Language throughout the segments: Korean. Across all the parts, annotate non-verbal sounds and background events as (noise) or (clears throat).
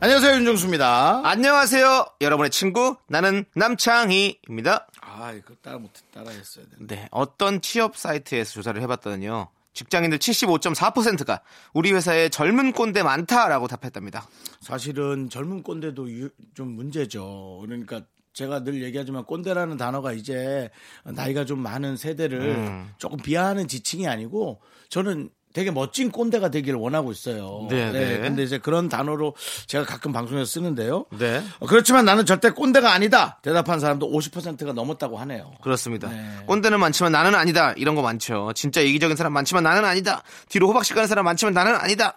안녕하세요 윤정수입니다. 안녕하세요. 여러분의 친구 나는 남창희입니다. 아 이거 따라 못 따라 했어야 돼. 네, 어떤 취업 사이트에서 조사를 해봤더니요. 직장인들 75.4%가 우리 회사에 젊은 꼰대 많다라고 답했답니다. 사실은 젊은 꼰대도 유- 좀 문제죠. 그러니까 제가 늘 얘기하지만 꼰대라는 단어가 이제 나이가 좀 많은 세대를 조금 비하하는 지칭이 아니고 저는 되게 멋진 꼰대가 되기를 원하고 있어요. 네, 네. 근데 이제 그런 단어로 제가 가끔 방송에서 쓰는데요. 네. 어, 그렇지만 나는 절대 꼰대가 아니다. 대답한 사람도 50%가 넘었다고 하네요. 그렇습니다. 네. 꼰대는 많지만 나는 아니다. 이런 거 많죠. 진짜 이기적인 사람 많지만 나는 아니다. 뒤로 호박씨 가는 사람 많지만 나는 아니다.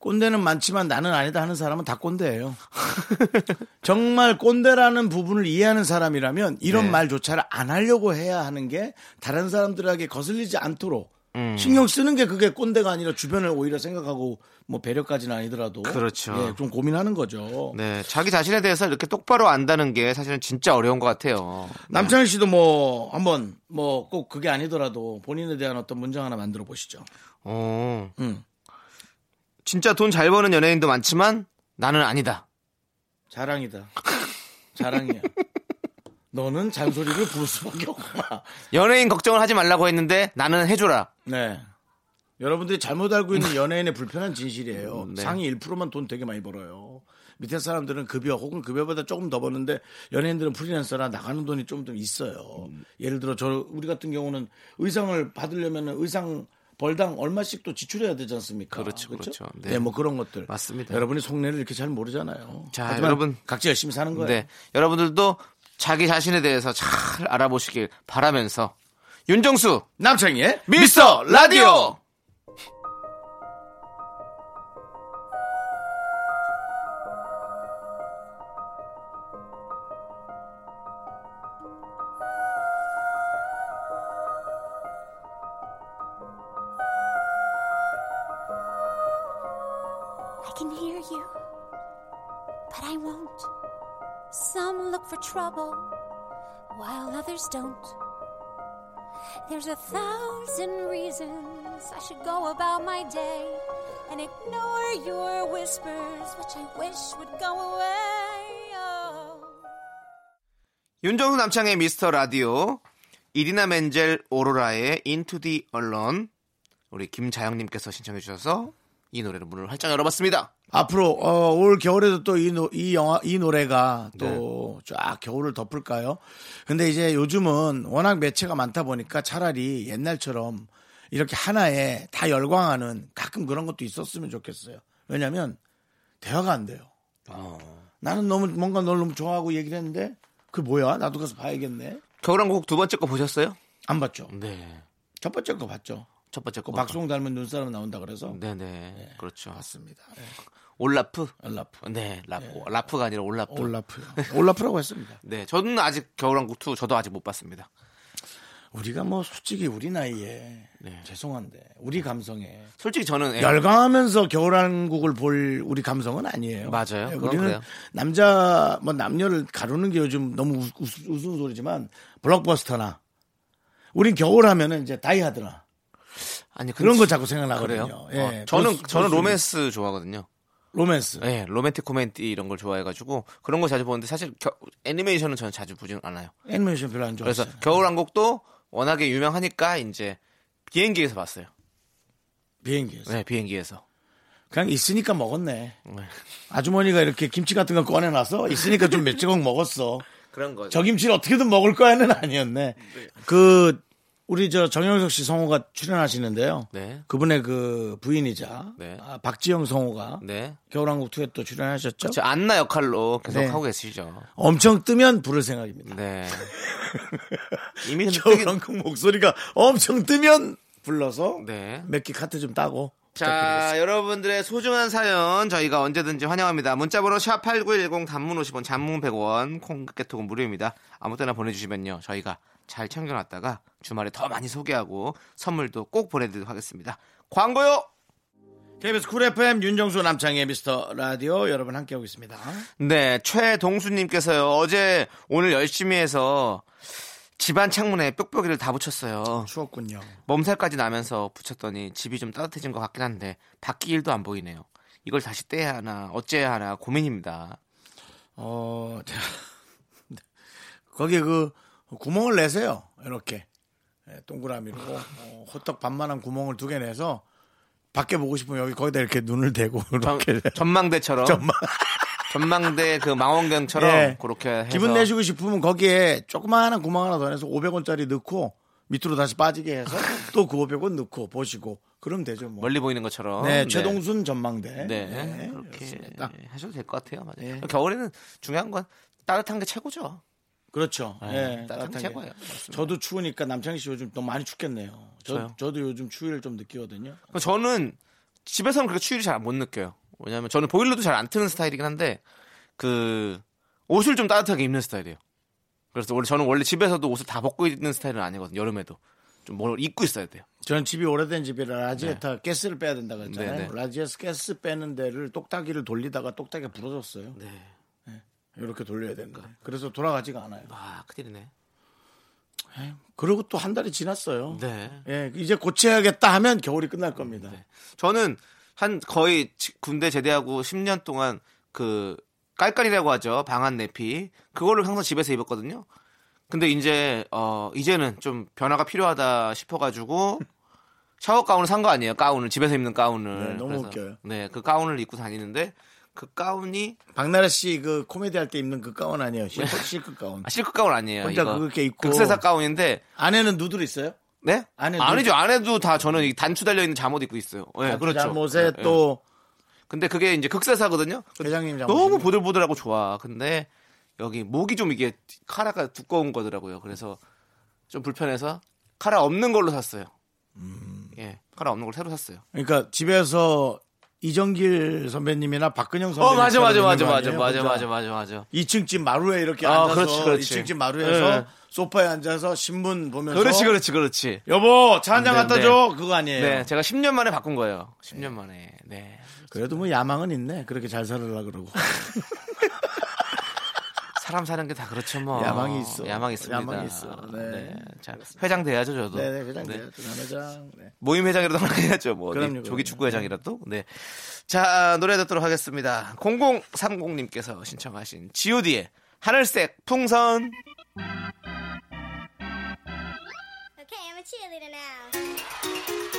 꼰대는 많지만 나는 아니다 하는 사람은 다 꼰대예요. (laughs) 정말 꼰대라는 부분을 이해하는 사람이라면 이런 네. 말조차를 안 하려고 해야 하는 게 다른 사람들에게 거슬리지 않도록 음. 신경 쓰는 게 그게 꼰대가 아니라 주변을 오히려 생각하고 뭐 배려까지는 아니더라도 그렇죠. 예, 좀 고민하는 거죠. 네, 자기 자신에 대해서 이렇게 똑바로 안다는 게 사실은 진짜 어려운 것 같아요. 남창희 씨도 뭐 한번 뭐 꼭 그게 아니더라도 본인에 대한 어떤 문장 하나 만들어 보시죠. 어, 음. 진짜 돈 잘 버는 연예인도 많지만 나는 아니다. 자랑이다. (laughs) 자랑이야. 너는 잔소리를 부를 수밖에 없구나. 연예인 걱정을 하지 말라고 했는데 나는 해줘라. 네. 여러분들이 잘못 알고 있는 연예인의 불편한 진실이에요. 음. 네. 상위 1%만 돈 되게 많이 벌어요. 밑에 사람들은 급여 혹은 급여보다 조금 더 버는데 연예인들은 프리랜서라 나가는 돈이 좀 더 있어요. 음. 예를 들어 저 우리 같은 경우는 의상을 받으려면 의상 벌당 얼마씩 또 지출해야 되지 않습니까? 그렇죠, 그렇죠. 네. 네. 뭐 그런 것들. 맞습니다. 여러분이 속내를 이렇게 잘 모르잖아요. 자, 하지만 여러분. 각자 열심히 사는 거예요. 네. 여러분들도 자기 자신에 대해서 잘 알아보시길 바라면서 윤정수 남창희의 미스터 라디오 I can hear you, but I won't. Some look for trouble, while others don't. There's a thousand reasons I should go about my day and ignore your whispers, which I wish would go away. Oh. 윤정수 남창의 미스터 라디오 이리나 멘젤 오로라의 인투 디 언론 우리 김자영님께서 신청해 주셔서 이 노래로 문을 활짝 열어봤습니다. 앞으로 어, 올 겨울에도 또 이 영화 이 노래가 또 쫙 겨울을 덮을까요? 근데 이제 요즘은 워낙 매체가 많다 보니까 차라리 옛날처럼 이렇게 하나에 다 열광하는 가끔 그런 것도 있었으면 좋겠어요. 왜냐하면 대화가 안 돼요. 어. 나는 너무 뭔가 널 너무 좋아하고 얘기를 했는데 그 뭐야? 나도 가서 봐야겠네. 겨울왕국 두 번째 거 보셨어요? 안 봤죠. 네. 첫 번째 거 봤죠. 첫 번째 그 거. 박수홍 닮은 눈사람 나온다 그래서 네네. 그렇죠. 봤습니다. 네. 올라프? 올라프. 네. 라, 라프가 아니라 올라프. 올라프. 올라프라고 했습니다. 네. 저는 아직 겨울왕국 2 저도 아직 못 봤습니다. 우리가 뭐 솔직히 우리 나이에 네. 죄송한데 우리 감성에 솔직히 저는 예, 열광하면서 겨울왕국을 볼 우리 감성은 아니에요. 맞아요. 예, 그건 우리는 그래요. 남자 뭐 남녀를 가르는 게 요즘 너무 우- 우- 우스갯소리지만 블록버스터나 우린 겨울 하면은 이제 다이하드나 아니 근데 그런 거 자꾸 그래요? 생각나거든요. 예, 어, 저는 그럴 수- 저는 그럴 수 로맨스 좋아하거든요. 있- 로맨스. 예, 로맨틱 코미디 이런 걸 좋아해가지고 그런 거 자주 보는데 사실 겨- 애니메이션은 저는 자주 보지는 않아요. 애니메이션 별로 안 네. 그래서 좋아해요. 겨울왕국도 워낙에 유명하니까 이제 비행기에서 봤어요. 비행기에서 네, 비행기에서. 그냥 있으니까 먹었네. 아주머니가 이렇게 김치 같은 거 꺼내놔서 있으니까 좀 (laughs) 몇 조각 먹었어. 그런 거죠. 저김치를 어떻게든 먹을 거야는 아니었네. 그 우리 저 정영석 씨 성우가 출연하시는데요. 네. 그분의 그 부인이자 네. 아, 박지영 성우가 네. 그렇죠. 겨울왕국 2에 또 출연하셨죠. 저 안나 역할로 계속 네. 하고 계시죠. 엄청 뜨면 부를 (laughs) 생각입니다. 네. 이미 근데 뜨긴- 겨울왕국 목소리가 엄청 뜨면 불러서 네. 몇 개 카트 좀 따고 자, 여러분들의 소중한 사연 저희가 언제든지 환영합니다. 문자번호 샵8910 단문 50원, 장문 100원, 콩깍개톡은 무료입니다. 아무 때나 보내주시면요. 저희가 잘 챙겨놨다가 주말에 더 많이 소개하고 선물도 꼭 보내드리도록 하겠습니다. 광고요! KBS 쿨 FM 윤정수 남창의 미스터 라디오 여러분 함께하고 있습니다. 네, 최동수님께서요. 어제 오늘 열심히 해서 집안 창문에 뾱뾱이를 다 붙였어요. 추웠군요. 몸살까지 나면서 붙였더니 집이 좀 따뜻해진 것 같긴 한데 밖이 일도 안 보이네요. 이걸 다시 떼야 하나 어째야 하나 고민입니다. 어, 자, (laughs) 거기에 그 구멍을 내세요. 이렇게. 예, 동그라미로 어, 호떡 반만한 구멍을 두 개 내서 밖에 보고 싶으면 여기 거기다 이렇게 눈을 대고 (laughs) 전, 이렇게 전망대처럼 전망. (laughs) 전망대 그 망원경처럼 예. 그렇게 해서 기분 내시고 싶으면 거기에 조그마한 구멍 하나 더 내서 500원짜리 넣고 밑으로 다시 빠지게 해서 또 그 500원 넣고 보시고 그럼 되죠 뭐. 멀리 보이는 것처럼 네, 최동순 전망대. 네, 네, 그렇게 그렇습니다. 하셔도 될 것 같아요. 맞아요. 예. 겨울에는 중요한 건 따뜻한 게 최고죠. 네, 그렇죠. 예, 아, 따뜻한 게 따뜻하게. 최고예요. 맞습니다. 저도 추우니까 남창희 씨 요즘 너무 많이 춥겠네요. 저요? 저, 저도 요즘 추위를 좀 느끼거든요. 그럼 저는 집에서는 그렇게 추위를 잘 못 느껴요. 왜냐하면 저는 보일러도 잘 안 트는 스타일이긴 한데 그 옷을 좀 따뜻하게 입는 스타일이에요. 그래서 원래 저는 원래 집에서도 옷을 다 벗고 있는 스타일은 아니거든요. 여름에도 좀 뭘 입고 있어야 돼요. 저는 집이 오래된 집이라 라지에타 가스를 빼야 된다 그랬잖아요. 네, 네. 라지에서 가스 빼는 데를 똑딱이를 돌리다가 똑딱이 부러졌어요. 이렇게 돌려야 되는데. 그래서 돌아가지가 않아요. 아 큰일이네. 그리고 또 한 달이 지났어요. 네. 예, 이제 고쳐야겠다 하면 겨울이 끝날 겁니다. 저는 한 거의 지- 군대 제대하고 10년 동안 그 깔깔이라고 하죠. 방한 내피. 그거를 항상 집에서 입었거든요. 근데 이제 어 이제는 좀 변화가 필요하다 싶어 가지고 샤워 가운을 산 거 아니에요. 가운을 집에서 입는 가운을. 네, 너무 웃겨요. 네, 그 가운을 입고 다니는데 그 가운이 박나래 씨 그 코미디 할 때 입는 그 가운 아니에요. 실크, 실크 가운. 아, 실크 가운 아니에요. 혼자 이거 그렇게 입고. 극세사 가운인데 안에는 누들 있어요? 네? 안에 아니죠. 안에도 다 저는 이 단추 달려 있는 잠옷 입고 있어요. 예, 네, 그렇죠. 잠옷에 예, 예. 또 근데 그게 이제 극세사거든요. 회장님 잠옷. 너무 보들보들하고 좋아. 근데 여기 목이 좀 이게 카라가 두꺼운 거더라고요. 그래서 좀 불편해서 카라 없는 걸로 샀어요. 예, 카라 없는 걸 새로 샀어요. 그러니까 집에서 이정길 선배님이나 박근영 선배님. 어, 맞아, 맞아, 있는 맞아, 거 맞아, 아니에요? 맞아, 혼자 맞아, 맞아, 맞아. 2층 집 마루에 이렇게 아, 앉아서 그렇지, 그렇지. 2층 집 마루에서 예. 소파에 앉아서 신문 보면서 그렇지, 그렇지, 그렇지. 여보 차 한 잔 네, 갖다 네. 줘 그거 아니에요. 네, 제가 10년 만에 바꾼 거예요. 10년 만에. 네. 그래도 뭐 야망은 있네. 그렇게 잘 살으려 그러고 사람 사는 게 다 그렇죠, 뭐. 야망이 있어. 야망 있습니다. 야망이 있어. 네. 자, 회장 돼야죠, 저도. 네네 회장 (laughs) 네. 네. 남회장 네. 모임 회장이라도 하나 해야죠. 뭐 그럼요, 그럼요. 조기 축구 회장이라도. 네. 자 노래 듣도록 하겠습니다. 0030님께서 신청하신 G.O.D의 하늘색 풍선. Okay, I'm a cheerleader now.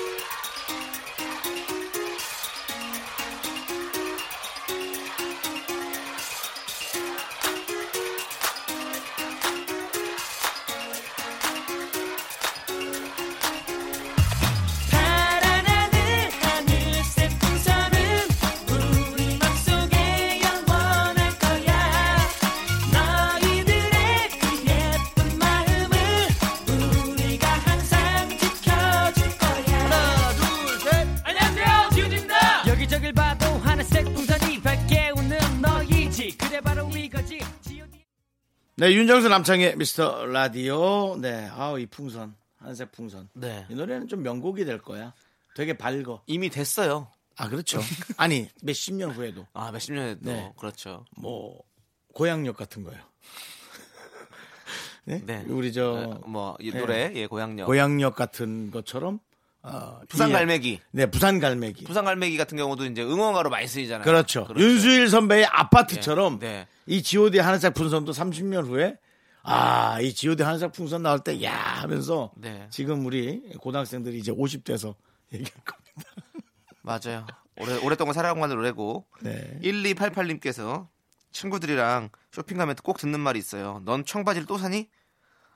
파란 하늘 하늘색 풍선은 우리 맘속에 영원할 거야 너희들의 그 예쁜 마음을 우리가 항상 지켜줄 거야 하나 둘셋 안녕하세요 지우진다 여기저길 봐도 하늘색 풍선이 밝게 웃는 너희지 그래 바로 이거지 지우디 네 윤정수 남창의 미스터 라디오 네 아우 이 풍선 한색 풍선 네. 이 노래는 좀 명곡이 될 거야. 되게 밝어. 이미 됐어요. 아 그렇죠. (laughs) 아니 몇 십 년 후에도 아 몇십 년에도 네. 그렇죠. 뭐 고향역 같은 (laughs) 거요. 네? 네. 우리 저 네. 어, 뭐이 노래 예 고향역. 고향역 같은 것처럼 어, 부산 이- 갈매기. 네, 부산 갈매기. 부산 갈매기 같은 경우도 이제 응원가로 많이 쓰이잖아요. 그렇죠. 윤수일 선배의 아파트처럼 네, 네. 이 G.O.D 하늘색 풍선도 30년 후에 아, 이 G.O.D 하늘색 풍선 나올 때 야 하면서 네. 지금 우리 고등학생들이 이제 50대서 (laughs) 얘기할 겁니다. 맞아요. 오래, 오랫동안 살아온 건 노래고 네. 1288님께서 친구들이랑 쇼핑 가면 꼭 듣는 말이 있어요. 넌 청바지를 또 사니?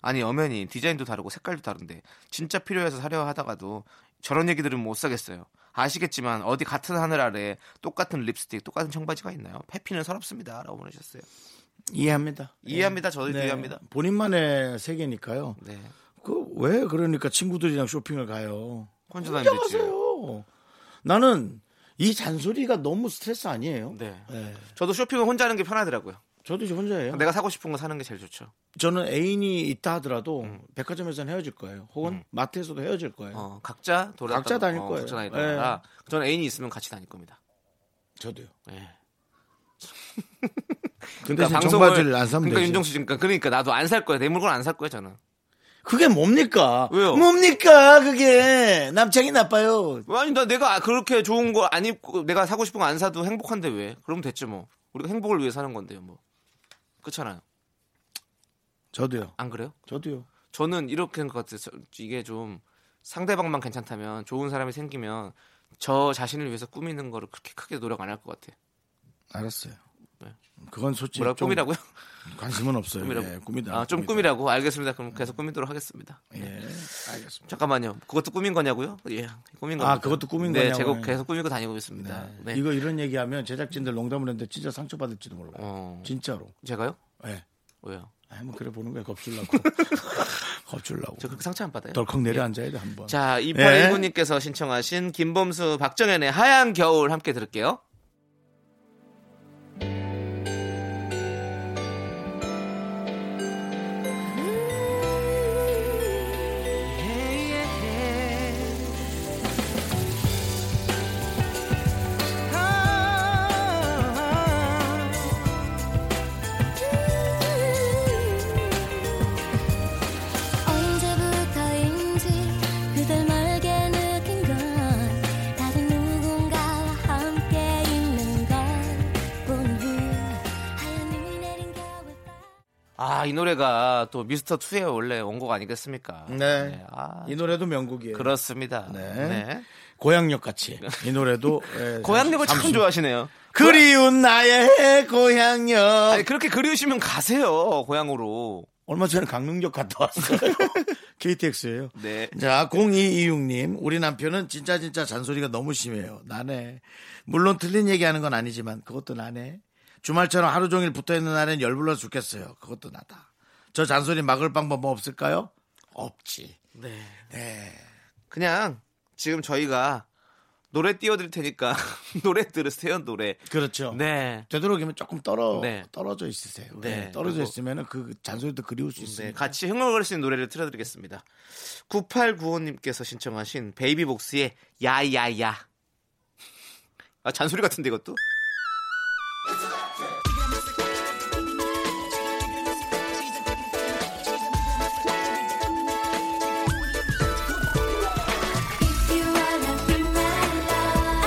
아니 엄연히 디자인도 다르고 색깔도 다른데 진짜 필요해서 사려 하다가도 저런 얘기 들으면 못 사겠어요. 아시겠지만 어디 같은 하늘 아래 똑같은 립스틱, 똑같은 청바지가 있나요? 패피는 서럽습니다. 라고 보내셨어요. 이해합니다. 이해합니다. 저도 네. 이해합니다. 본인만의 세계니까요. 네. 그 왜 그러니까 친구들이랑 쇼핑을 가요. 혼자 다니지. 가세요. 나는 이 잔소리가 너무 스트레스 아니에요? 네. 네. 저도 쇼핑은 혼자 하는 게 편하더라고요. 저도 이제 혼자예요. 내가 사고 싶은 거 사는 게 제일 좋죠. 저는 애인이 있다 하더라도 백화점에서는 헤어질 거예요. 혹은 마트에서도 헤어질 거예요. 음. 어, 각자 네. 돌아 각자 다닐 어, 거예요. 각자 예. 다닐 거라. 저는 애인이 있으면 같이 다닐 겁니다. 저도요. 예. 근데 정바지를 안 사면 그러니까 되지. 윤정수 씨, 그러니까, 그러니까 나도 안 살 거야. 내 물건 안 살 거야 저는. 그게 뭡니까? 왜요? 뭡니까? 그게 남창이 나빠요. 아니 나 내가 그렇게 좋은 거 안 입고 내가 사고 싶은 거 안 사도 행복한데 왜? 그럼 됐지 뭐. 우리가 행복을 위해 사는 건데요 뭐. 그렇잖아요. 저도요. 안 그래요? 저도요. 저는 이렇게 한것 같아요. 저- 이게 좀 상대방만 괜찮다면 좋은 사람이 생기면 저 자신을 위해서 꾸미는 거를 그렇게 크게 노력 안 할 것 같아요. 알았어요. 네. 그건 솔직히 뭐라 예, 좀 꾸미라고요? 관심은 없어요. 꾸미라고. 예, 꿈이다. 음. 아, 좀 꾸미라고. 알겠습니다. 그럼 계속 꾸미도록 하겠습니다. 예, 알겠습니다. 잠깐만요. 그것도 꾸민 거냐고요? 예, 꾸민 거. 아, 그것도 꾸민 네, 거냐고요. 제가 계속 꾸미고 다니고 있습니다. 네. 이거 이런 얘기하면 제작진들 농담을 했는데 진짜 상처받을지도 몰라요. 어, 진짜로. 제가요? 예. 왜요? 한번 뭐 그래 보는 거야. 겁줄라고. (laughs) 겁줄라고. 저 그렇게 상처 안 받아요? 덜컥 내려앉아야 돼, 한번. 자, 예. 2819님께서 신청하신 김범수, 박정현의 하얀 겨울 함께 들을게요. 언제부터인지 그댈 멀게 느낀 건 다른 누군가와 함께 있는 것뿐이야 하얀 눈이 내린 겨울밤 아, 이 노래가 또 미스터 투의 원래 원곡 아니겠습니까? 네. 아, 이 노래도 명곡이에요. 그렇습니다. 네. 네. 고향역 같이. 이 노래도. 예, 고향역을 참 삼순. 좋아하시네요. 그리운 나의 고향역. 아니, 그렇게 그리우시면 가세요, 고향으로. 얼마 전에 강릉역 갔다 (laughs) 왔어요. KTX예요. 네. 자, 0226님, 우리 남편은 진짜 진짜 잔소리가 너무 심해요. 나네. 물론 틀린 얘기하는 건 아니지만 그것도 나네. 주말처럼 하루 종일 붙어 있는 날엔 열불러 죽겠어요. 그것도 나다. 저 잔소리 막을 방법 뭐 없을까요? 없지. 네. 네. 그냥 지금 저희가 노래 띄워드릴 테니까 (laughs) 노래 들으세요, 노래. 그렇죠. 네. 되도록이면 조금 떨어 네. 떨어져 있으세요. 네. 네, 떨어져 그리고- 있으면 그 잔소리도 그리울 수 네, 있습니다. 같이 흥얼거릴 수 있는 노래를 틀어드리겠습니다. 9895님께서 신청하신 베이비복스의 야야야. 아, 잔소리 같은데 이것도? If you wanna be my love,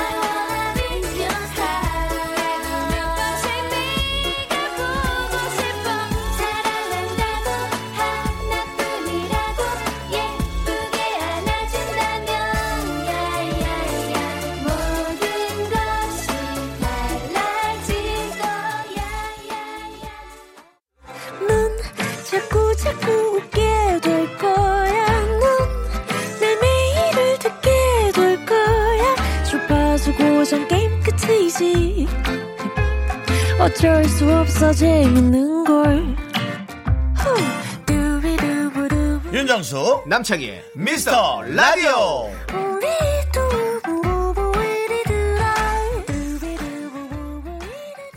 I'm your 사랑은 내 네가 보고 싶어 사랑한다고 하나뿐이라고 예쁘게 안아준다면 야야야 모든 것이 달라질 거야. 넌 자꾸 자꾸 웃게 될 거야. 넌내 매일을 듣게 될 거야. 주파수 고정 게임 끝이지. 어쩔 수 없어 재밌는 걸. 후. 두비두부두부. 윤정수 남창희의 미스터 라디오. 우리 두부부부 우리 두라. 두비두부부부 우리 두라.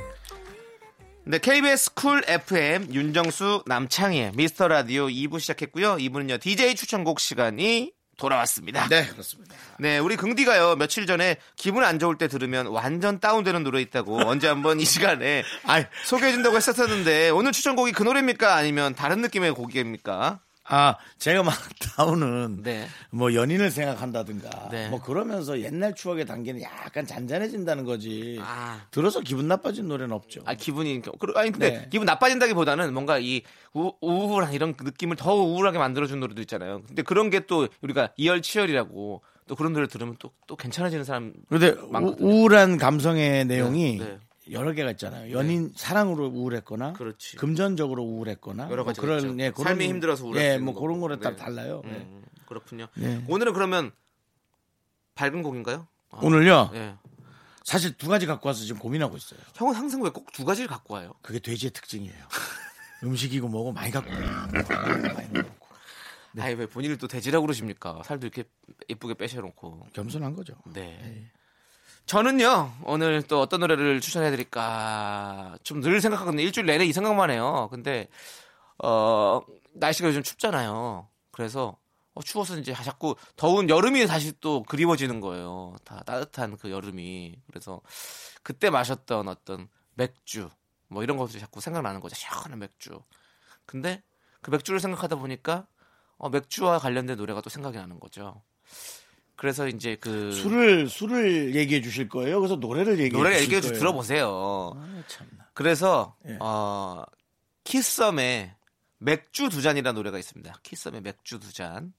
네, KBS 쿨 FM 윤정수 남창희의 미스터 라디오 2부 시작했고요. 2부는요. DJ 추천곡 시간이 돌아왔습니다. 네, 그렇습니다. 네, 우리 긍디가요. 며칠 전에 기분 안 좋을 때 들으면 완전 다운되는 노래 있다고 언제 한번 이 시간에 (laughs) 아이, 소개해 준다고 했었는데 오늘 추천곡이 그 노래입니까? 아니면 다른 느낌의 곡입니까? 아, 제가 막 (laughs) 나오는 네. 뭐 연인을 생각한다든가 네. 뭐 그러면서 옛날 추억의 단계는 약간 잔잔해진다는 거지. 아. 들어서 기분 나빠진 노래는 없죠. 아 기분이 그러- 아니 근데 네. 기분 나빠진다기보다는 뭔가 이 우, 우울한 이런 그 느낌을 더 우울하게 만들어준 노래도 있잖아요. 근데 그런 게 또 우리가 이열치열이라고 또 그런 노래 들으면 또 또 괜찮아지는 사람 그런데 많거든요. 우, 울한 감성의 내용이 네. 여러 개가 있잖아요. 연인 사랑으로 우울했거나, 그렇지. 금전적으로 우울했거나, 여러 뭐 가지가 있죠. 그런 예, 그런 삶이 힘들어서 우울할 예, 수 있는 뭐 그런 거고. 거에 따라 네. 달라요. 예. 음, 그렇군요. 네. 오늘은 그러면 밝은 곡인가요? 아, 오늘요 예. 사실 두 가지 갖고 와서 지금 고민하고 있어요. 형은 항상 왜 꼭 두 가지를 갖고 와요? 그게 돼지의 특징이에요. 음식이고 뭐고 많이 갖고 와요. 많이 먹고. 네. 아니 왜 본인을 또 돼지라고 그러십니까? 살도 이렇게 예쁘게 빼셔놓고. 겸손한 거죠. 네. 저는요 오늘 또 어떤 노래를 추천해드릴까 좀 늘 생각하거든요 일주일 내내 이 생각만 해요 근데 어 날씨가 요즘 춥잖아요 그래서 어, 추워서 이제 자꾸 더운 여름이 다시 또 그리워지는 거예요 다 따뜻한 그 여름이 그래서 그때 마셨던 어떤 맥주 뭐 이런 것들이 자꾸 생각나는 거죠 시원한 맥주 근데 그 맥주를 생각하다 보니까 어, 맥주와 관련된 노래가 또 생각이 나는 거죠 그래서 이제 그 술을 술을 얘기해 주실 거예요. 그래서 노래를 얘기해 노래를 주실 얘기해 주 거예요. 들어보세요. 아, 참나. 그래서 예. 어 키썸의 맥주 두 잔이라는 노래가 있습니다. 키썸의 맥주 두 잔.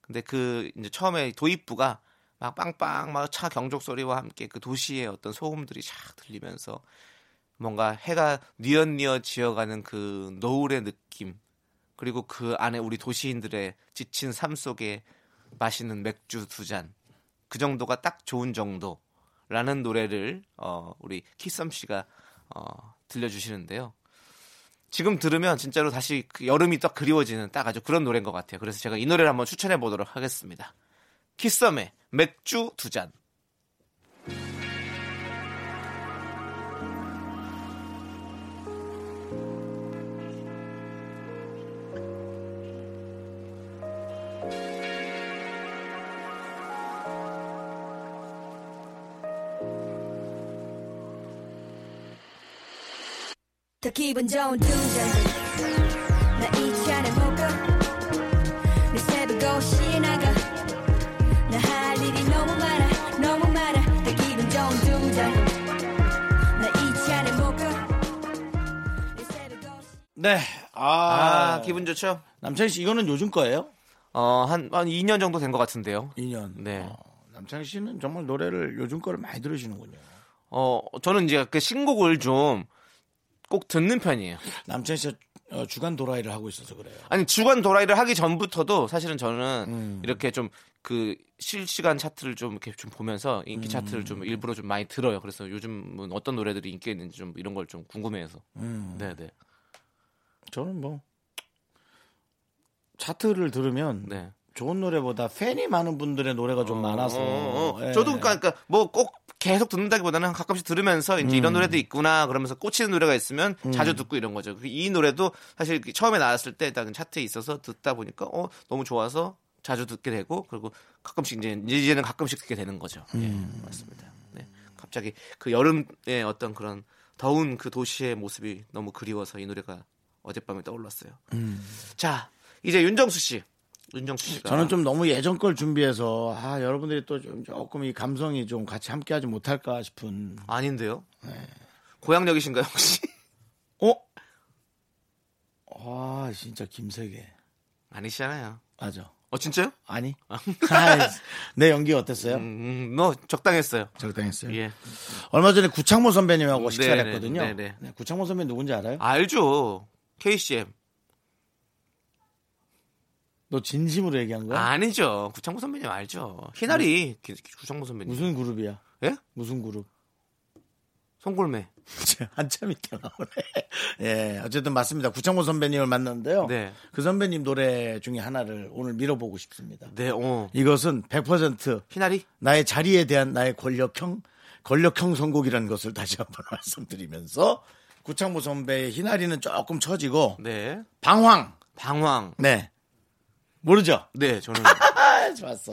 근데 그 이제 처음에 도입부가 막 빵빵 막 차 경적 소리와 함께 그 도시의 어떤 소음들이 샥 들리면서 뭔가 해가 뉘엿뉘엿 지어가는 그 노을의 느낌 그리고 그 안에 우리 도시인들의 지친 삶 속에 마시는 맥주 두 잔 그 정도가 딱 좋은 정도라는 노래를 어, 우리 키썸 씨가 어, 들려주시는데요. 지금 들으면 진짜로 다시 그 여름이 딱 그리워지는 딱 아주 그런 노래인 것 같아요. 그래서 제가 이 노래를 한번 추천해 보도록 하겠습니다. 키썸의 맥주 두 잔. 더 기분 좋은 두잔나이 잔을 먹어 내 새벽 5시에 나가 나 할 일이 너무 많아 너무 많아 더 기분 좋은 두잔나이 잔을 먹어 내 새벽 5시 네. 아, 아, 기분 좋죠? 남창희 씨 이거는 요즘 거예요? 어, 한, 한 2년 정도 된 것 같은데요. 2년. 어, 네. 남창희 씨는 정말 노래를 요즘 거를 많이 들으시는군요. 어, 저는 이제 그 신곡을 좀 꼭 듣는 편이에요. 남창희 씨가 어, 주간 도라이를 하고 있어서 그래요. 아니 주간 도라이를 하기 전부터도 사실은 저는 이렇게 좀 그 실시간 차트를 좀 이렇게 좀 보면서 인기 차트를 좀 일부러 좀 많이 들어요. 그래서 요즘은 어떤 노래들이 인기 있는지 좀 이런 걸 좀 궁금해해서. 네네. 저는 뭐 차트를 들으면 네. 좋은 노래보다 팬이 많은 분들의 노래가 좀 많아서 어, 어. 예. 저도 그러니까, 그러니까 뭐 꼭 계속 듣는다기보다는 가끔씩 들으면서 이제 음. 이런 노래도 있구나 그러면서 꽂히는 노래가 있으면 자주 듣고 이런 거죠. 그이 노래도 사실 그 처음에 나왔을 때 일단 차트에 있어서 듣다 보니까 어 너무 좋아서 자주 듣게 되고 그리고 가끔씩 이제 이제는 가끔씩 듣게 되는 거죠. 음. 예, 맞습니다. 네. 갑자기 그 여름의 어떤 그런 더운 그 도시의 모습이 너무 그리워서 이 노래가 어젯밤에 떠올랐어요. 자, 이제 윤정수 씨. 윤정수 씨가 음. 저는 좀 너무 예전 걸 준비해서 아 여러분들이 또 좀 조금 이 감성이 좀 같이 함께하지 못할까 싶은 아닌데요? 네. 고향역이신가요 (laughs) 혹시? 어? 아 진짜 김세계 아니시잖아요. 맞아 어 진짜요? 아니 아이, 내 연기 어땠어요? 음, 너 적당했어요. 적당했어요. 예. 얼마 전에 구창모 선배님하고 네, 식사를 네, 했거든요. 네, 네. 음, 네, 구창모 선배 님 누군지 알아요? 알죠. KCM. 너 진심으로 얘기한 거야? 아니죠. 구창모 선배님 알죠. 희나리 기- 기- 구창모 선배님. 네. 무슨 그룹이야? 예? 무슨 그룹? (laughs) 송골매. 한참 있다 나오네. 예, 어쨌든 맞습니다. 구창모 선배님을 만났는데요. 네. 그 선배님 노래 중에 하나를 오늘 밀어보고 싶습니다. 네. 어. 이것은 100% 희나리. 나의 자리에 대한 나의 권력형 권력형 선곡이라는 것을 다시 한번 (laughs) 말씀드리면서 구창모 선배의 희나리는 조금 처지고 네. 방황. 방황. 네. 모르죠? (laughs) 네. 저는 아, 좋았어.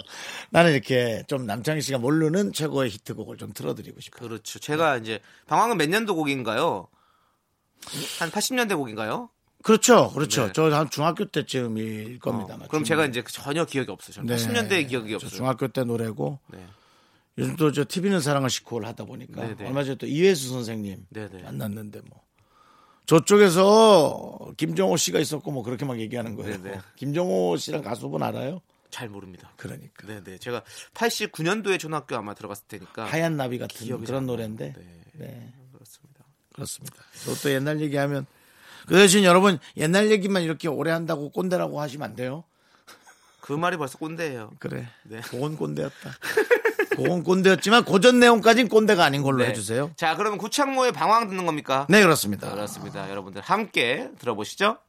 나는 이렇게 좀 남창희 씨가 모르는 최고의 히트곡을 좀 틀어드리고 싶어요. 네. 그렇죠. 제가 이제 방황은 몇 년도 곡인가요? 한 80년대 곡인가요? 그렇죠. 그렇죠. 네. 저 한 중학교 때쯤일 겁니다. 어, 아마. 그럼 중학교 제가 이제 전혀 기억이 없어요. 네. 저는 80년대의 기억이 저 없어요. 중학교 때 노래고 네. 요즘 또 저 TV는 사랑을 식후를 하다 보니까 네네. 얼마 전에 또 이회수 선생님 네네. 만났는데 뭐 저쪽에서 김정호 씨가 있었고 뭐 그렇게 막 얘기하는 거예요. 네네. 김정호 씨랑 가수분 알아요? 잘 모릅니다. 그러니까 네, 네. 제가 89년도에 초등학교 아마 들어갔을 테니까. 하얀 나비 같은 기억이 잘 그런 안 노래인데 네. 네 그렇습니다. 그렇습니다. 그것도 옛날 얘기하면 그 대신 여러분 옛날 얘기만 이렇게 오래 한다고 꼰대라고 하시면 안 돼요. 그 말이 벌써 꼰대예요. 그래. 네. 그건 꼰대였다. 그건 꼰대였지만 고전 내용까지는 꼰대가 아닌 걸로 네. 해주세요. 자, 그러면 구창모의 방황 듣는 겁니까? 네 그렇습니다. 그렇습니다. 여러분들 함께 들어보시죠.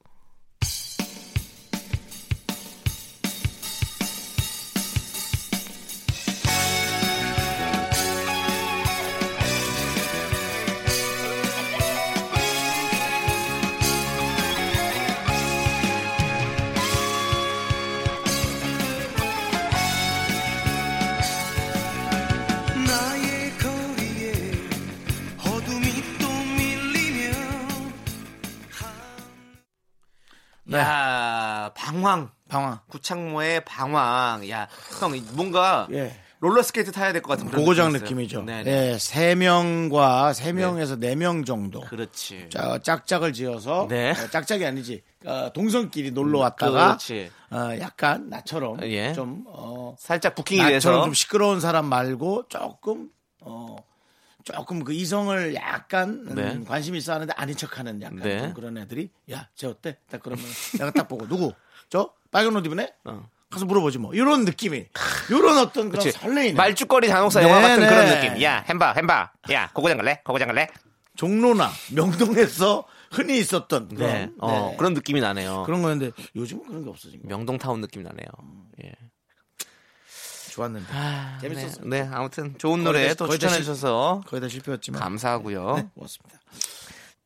네. 야 방황 방황. 구창모의 방황. 야 형 뭔가 예. 롤러스케이트 타야 될 것 같은 그런 고고장 느낌이 느낌이죠. 있어요. 네, 네. 네, 세 명과 세 명에서 네 명 정도. 그렇지. 자, 짝짝을 지어서 네. 어, 짝짝이 아니지 어, 동성끼리 놀러 왔다가 그렇지. 어, 약간 나처럼 예. 좀 어, 살짝 부킹이 나처럼 돼서 좀 시끄러운 사람 말고 조금 어 조금 그 이성을 약간 음, 네. 관심 있어 하는데 아닌 척하는 약간 네. 좀 그런 애들이 야 쟤 어때? 딱 그러면 내가 딱 보고 누구? 저 빨간 옷 입은 애? 가서 물어보지 뭐 이런 느낌이 이런 어떤 그런 그렇지. 설레이는 말죽거리 장옥사 영화 같은 네, 그런 네. 느낌. 야 햄바 햄바. 야 고고장 갈래? 고고장 갈래? 종로나 명동에서 흔히 있었던 그런 네. 어, 네. 그런 느낌이 나네요. 그런 거였는데 요즘은 그런 게 없어진 거 명동타운 느낌 나네요. 예. 좋았는데 재밌었어요. 네, 네, 아무튼 좋은 거의 노래 다- 또 거의 다 실- 추천해 주셔서 거의 다 실패였지만 감사하고요. 네, 고맙습니다.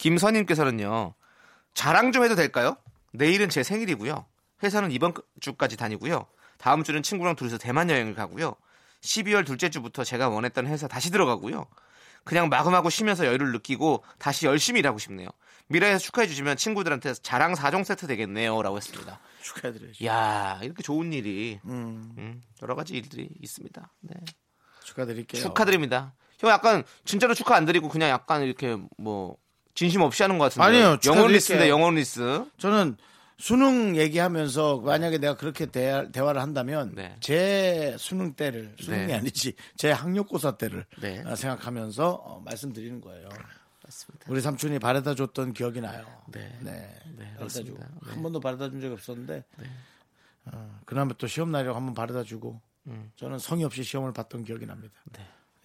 김선님께서는요. 자랑 좀 해도 될까요? 내일은 제 생일이고요. 회사는 이번 주까지 다니고요. 다음 주는 친구랑 둘이서 대만 여행을 가고요. 12월 둘째 주부터 제가 원했던 회사 다시 들어가고요. 그냥 마구마구 쉬면서 여유를 느끼고 다시 열심히 일하고 싶네요. 미라에서 축하해 주시면 친구들한테 자랑 4종 세트 되겠네요라고 했습니다. 예. 축하드려요. 야, 이렇게 좋은 일이 음, 여러 가지 일들이 있습니다. 네. 축하드릴게요. 축하드립니다. 형 약간 진짜로 축하 안 드리고 그냥 약간 이렇게 뭐 진심 없이 하는 것 같은데. 아니에요. 영혼 축하드릴게요. 리스인데 영혼 리스. 저는 수능 얘기하면서 만약에 내가 그렇게 대, 대화를 한다면 네. 제 수능 때를 수능이 네. 아니지 제 학력고사 때를 네. 어, 생각하면서 어, 말씀드리는 거예요. 우리 삼촌이 바래다 줬던 기억이 나요. 네, 바래다 주고 네. 한 번도 바래다 준 적이 없었는데 어, 그나마 또 시험 날이라고 한 번 바래다 주고 음. 저는 성의 없이 시험을 봤던 기억이 납니다.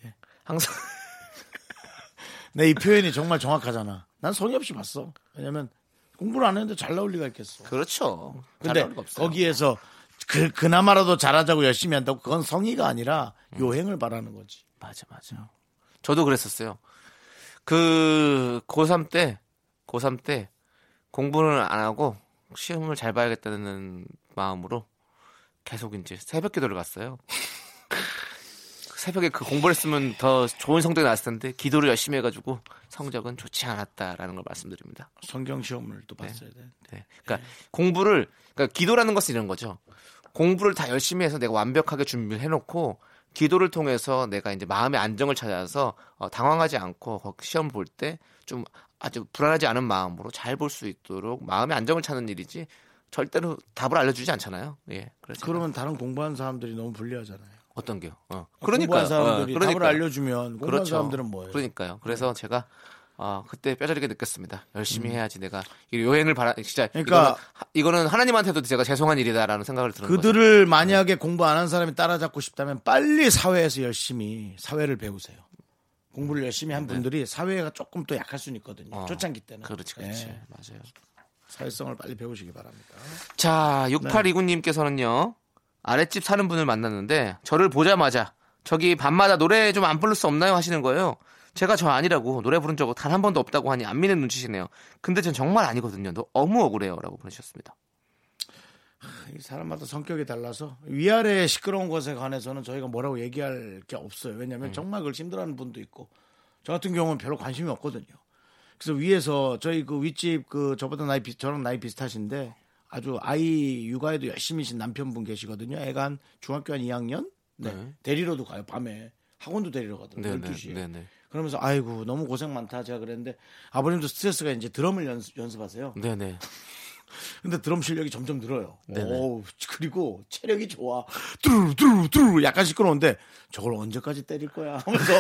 네. 항상 내 네, 이 표현이 정말 정확하잖아. 난 성의 없이 봤어. 왜냐면 공부를 안 했는데 잘 나올 리가 있겠어. (laughs) 그렇죠. 근데 잘할 리가 없어요. 거기에서 그, 그나마라도 잘하자고 열심히 한다고 그건 성의가 아니라 요행을 바라는 거지. 음. 어, 맞아 맞아. 저도 그랬었어요. 그 고3 때 고3 때 공부는 안 하고 시험을 잘 봐야겠다는 마음으로 계속 이제 새벽 기도를 갔어요. (laughs) 그 새벽에 그 공부를 했으면 더 좋은 성적이 나왔을 텐데 기도를 열심히 해가지고 성적은 좋지 않았다라는 걸 말씀드립니다. 성경 시험을 또 봤어야 돼. 네. 그러니까 공부를 그러니까 기도라는 것은 이런 거죠. 공부를 다 열심히 해서 내가 완벽하게 준비를 해놓고 기도를 통해서 내가 이제 마음의 안정을 찾아서 어, 당황하지 않고 거- 시험 볼 때 좀 아주 불안하지 않은 마음으로 잘 볼 수 있도록 마음의 안정을 찾는 일이지 절대로 답을 알려주지 않잖아요. 예, 그래서 그러면 다른 공부하는 사람들이 너무 불리하잖아요. 어떤 게요? 어. 공부한 그러니까요. 사람들이 어, 답을 그러니까요. 그렇죠. 알려주면 공부한 사람들은 뭐예요? 네. 그러니까요. 그래서 제가 어, 그때 뼈저리게 느꼈습니다. 열심히 해야지 내가 이 여행을 바라 진짜 음. 그러니까- 이거는, 하- 이거는 하나님한테도 제가 죄송한 일이다라는 생각을 드는 거죠. 그들을 만약에 공부 안 한 사람이 따라잡고 싶다면 빨리 사회에서 열심히 사회를 배우세요. 공부를 열심히 한 분들이 사회가 조금 또 약할 수는 있거든요. 네. 어, 초창기 때는. 그렇지, 그렇지. 예, 맞아요. 사회성을 빨리 배우시기 바랍니다. 자, 6829님께서는요. 아랫집 사는 분을 만났는데 저를 보자마자 저기 밤마다 노래 좀 안 부를 수 없나요 하시는 거예요. 제가 저 아니라고 노래 부른 적 단 한 번도 없다고 하니 안 믿는 눈치시네요. 근데 전 정말 아니거든요. 너 너무 억울해요라고 보내셨습니다. 이 사람마다 성격이 달라서 위아래 시끄러운 것에 관해서는 저희가 뭐라고 얘기할 게 없어요. 음. 왜냐하면 정말 그걸 힘들어하는 분도 있고 저 같은 경우는 별로 관심이 없거든요. 그래서 위에서 저희 그 윗집 그 저보다 나이 비, 저랑 나이 비슷하신데 아주 아이 육아에도 열심히신 남편분 계시거든요. 애가 한 중학교 한 2학년 네. 네. 데리러도 가요 밤에 학원도 데리러 가더라고요. 12시에. 네네. 그러면서 아이고 너무 고생 많다 제가 그랬는데 아버님도 스트레스가 이제 드럼을 연습, 연습하세요. 네네. 근데 드럼 실력이 점점 늘어요. 네네. 오, 그리고 체력이 좋아. 뚜루루, 뚜루루, 뚜루루 약간 시끄러운데 저걸 언제까지 때릴 거야 (laughs) 하면서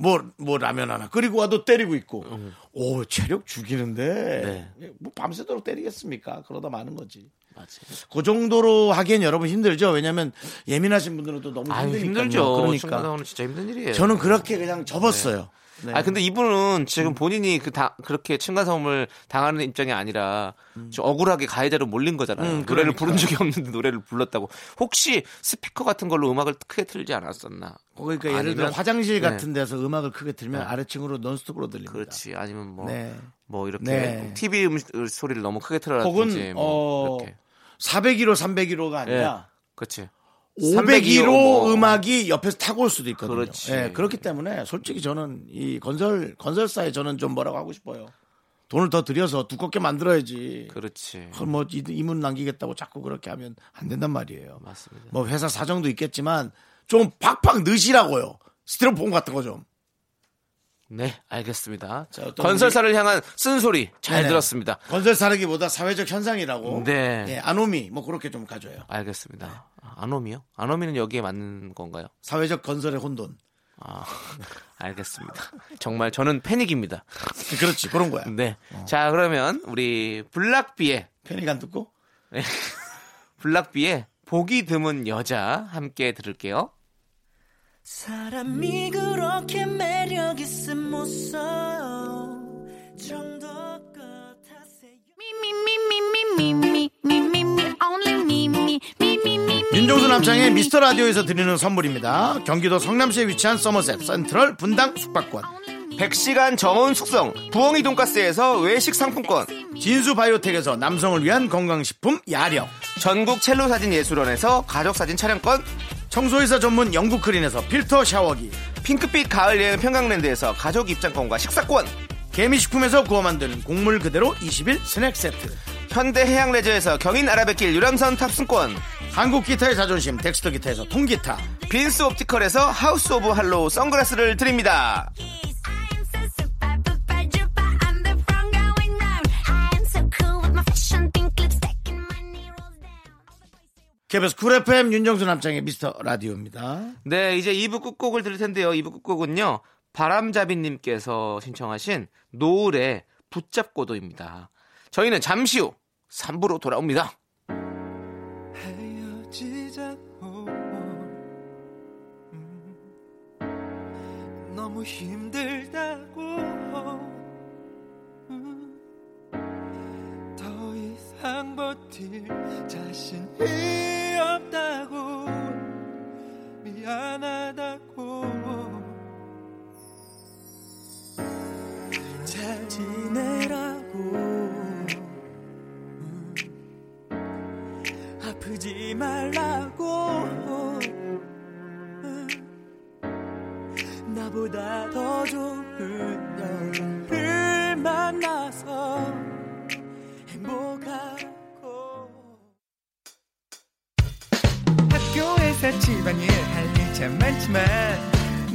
뭐, 뭐 라면 하나 끓이고 와도 때리고 있고. 음. 오, 체력 죽이는데. 뭐 밤새도록 때리겠습니까? 그러다 마는 거지. 네. 맞아요. 그 정도로 하기엔 여러분 힘들죠. 왜냐면 예민하신 분들은 또 너무 아유, 힘드니까요. 힘들죠. 그러니까. 충분하고는 진짜 힘든 일이에요. 저는 그렇게 그냥 접었어요. 네. 음. 아 근데 이분은 지금 본인이 그 다, 그렇게 층간소음을 당하는 입장이 아니라 음. 좀 억울하게 가해자로 몰린 거잖아요. 노래를 그러니까. 부른 적이 없는데 노래를 불렀다고. 혹시 스피커 같은 걸로 음악을 크게 틀지 않았었나? 그러니까 예를 들어 아니면- 화장실 네. 같은 데서 음악을 크게 틀면 아래층으로 논스톱으로 들립니다. 그렇지. 아니면 뭐 뭐 네. 이렇게 네. TV 음, 소리를 너무 크게 틀어라든지 혹은 어, 뭐 이렇게. 401호, 301호가 예. 아니라 그렇지. 501호 뭐. 음악이 옆에서 타고 올 수도 있거든요. 그렇지. 예, 그렇기 때문에 솔직히 저는 이 건설 건설사에 저는 좀 뭐라고 하고 싶어요. 돈을 더 들여서 두껍게 만들어야지. 그렇지. 그걸 뭐 이- 이문 남기겠다고 자꾸 그렇게 하면 안 된단 말이에요. 맞습니다. 뭐 회사 사정도 있겠지만 좀 팍팍 넣으시라고요. 스티로폼 같은 거 좀. 네, 알겠습니다. 자, 어떤 건설사를 향한 쓴소리 잘 네네. 들었습니다. 건설 사르기보다 사회적 현상이라고. 네. 예, 아노미 뭐 그렇게 좀 가져요. 알겠습니다. 아노미요? 아노미는 여기에 맞는 건가요? 사회적 건설의 혼돈. 아, 알겠습니다. (laughs) 정말 저는 패닉입니다. 그렇지 그런 거야. 네. 자, 그러면 우리 블락비의 편익 안 듣고 블락비의 보기 드문 여자 함께 들을게요. 사람이 그렇게 매력 있음 못 써요 정도 같아세요 윤종수 남창의 미스터 라디오에서 드리는 선물입니다. 경기도 성남시에 위치한 서머셋 센트럴 분당 숙박권, 100시간 정원 숙성 부엉이 돈가스에서 외식 상품권 진수 바이오텍에서 남성을 위한 건강식품 야력, 전국 첼로 사진 예술원에서 가족 사진 촬영권 청소회사 전문 영국 크린에서 필터 샤워기, 핑크빛 가을 여행 평강랜드에서 가족 입장권과 식사권 개미식품에서 구워 만든 곡물 그대로 20일 스낵 세트, 현대 해양 레저에서 경인 아라뱃길 유람선 탑승권 한국 기타의 자존심 덱스터 기타에서 통기타, 빈스 옵티컬에서 하우스 오브 할로우 선글라스를 드립니다. KBS 쿨 FM 윤정수 남창의 미스터 라디오입니다. 네, 이제 2부 끝곡을 들을 텐데요. 2부 끝곡은요. 바람잡이님께서 신청하신 노을의 붙잡고도입니다. 저희는 잠시 후 3부로 돌아옵니다. 헤어지자고 음, 너무 힘들다고 어, 음, 더 이상 버틸 자신이 없다고 미안하다고 잘 지내라고 아프지 말라고 나보다 더 좋은 너를 만나서 행복하고 학교에서 집안일 할 일 참 많지만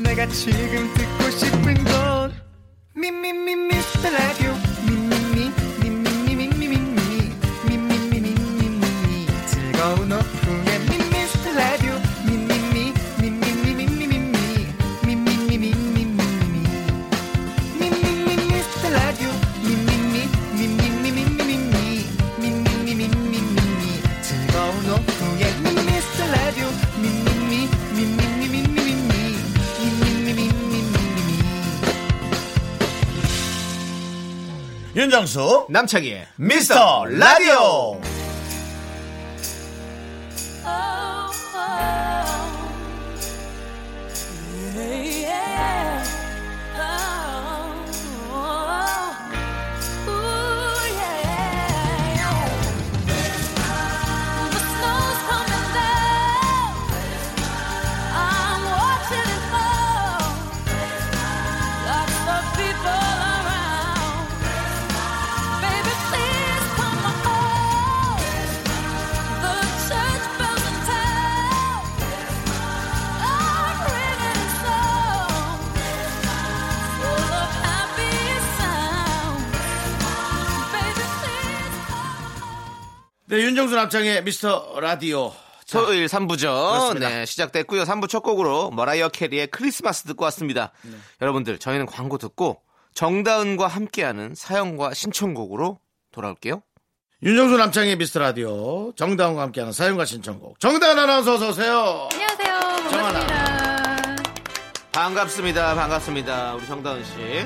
내가 지금 듣고 싶은 건 미미미 미스터 라디오 미미미 미미미 미미미 미미미 미미미 미미미 즐거운 오후에 미미스터 라디오 미미미 미미미 미미미 미미미 미미미 미미미 윤정수 남창희의 미스터 라디오 네, 윤정수 남창의 미스터 라디오 토요일 3부죠. 그렇습니다. 네, 시작됐고요. 3부 첫 곡으로 머라이어 캐리의 크리스마스 듣고 왔습니다. 네. 여러분들, 저희는 광고 듣고 정다은과 함께하는 사연과 신청곡으로 돌아올게요. 윤정수 남창의 미스터 라디오 정다운과 함께하는 사연과 신청곡 정다운 아나운서 어서 오세요 안녕하세요. 정하나. 반갑습니다. 반갑습니다. 반갑습니다. 우리 정다은 씨.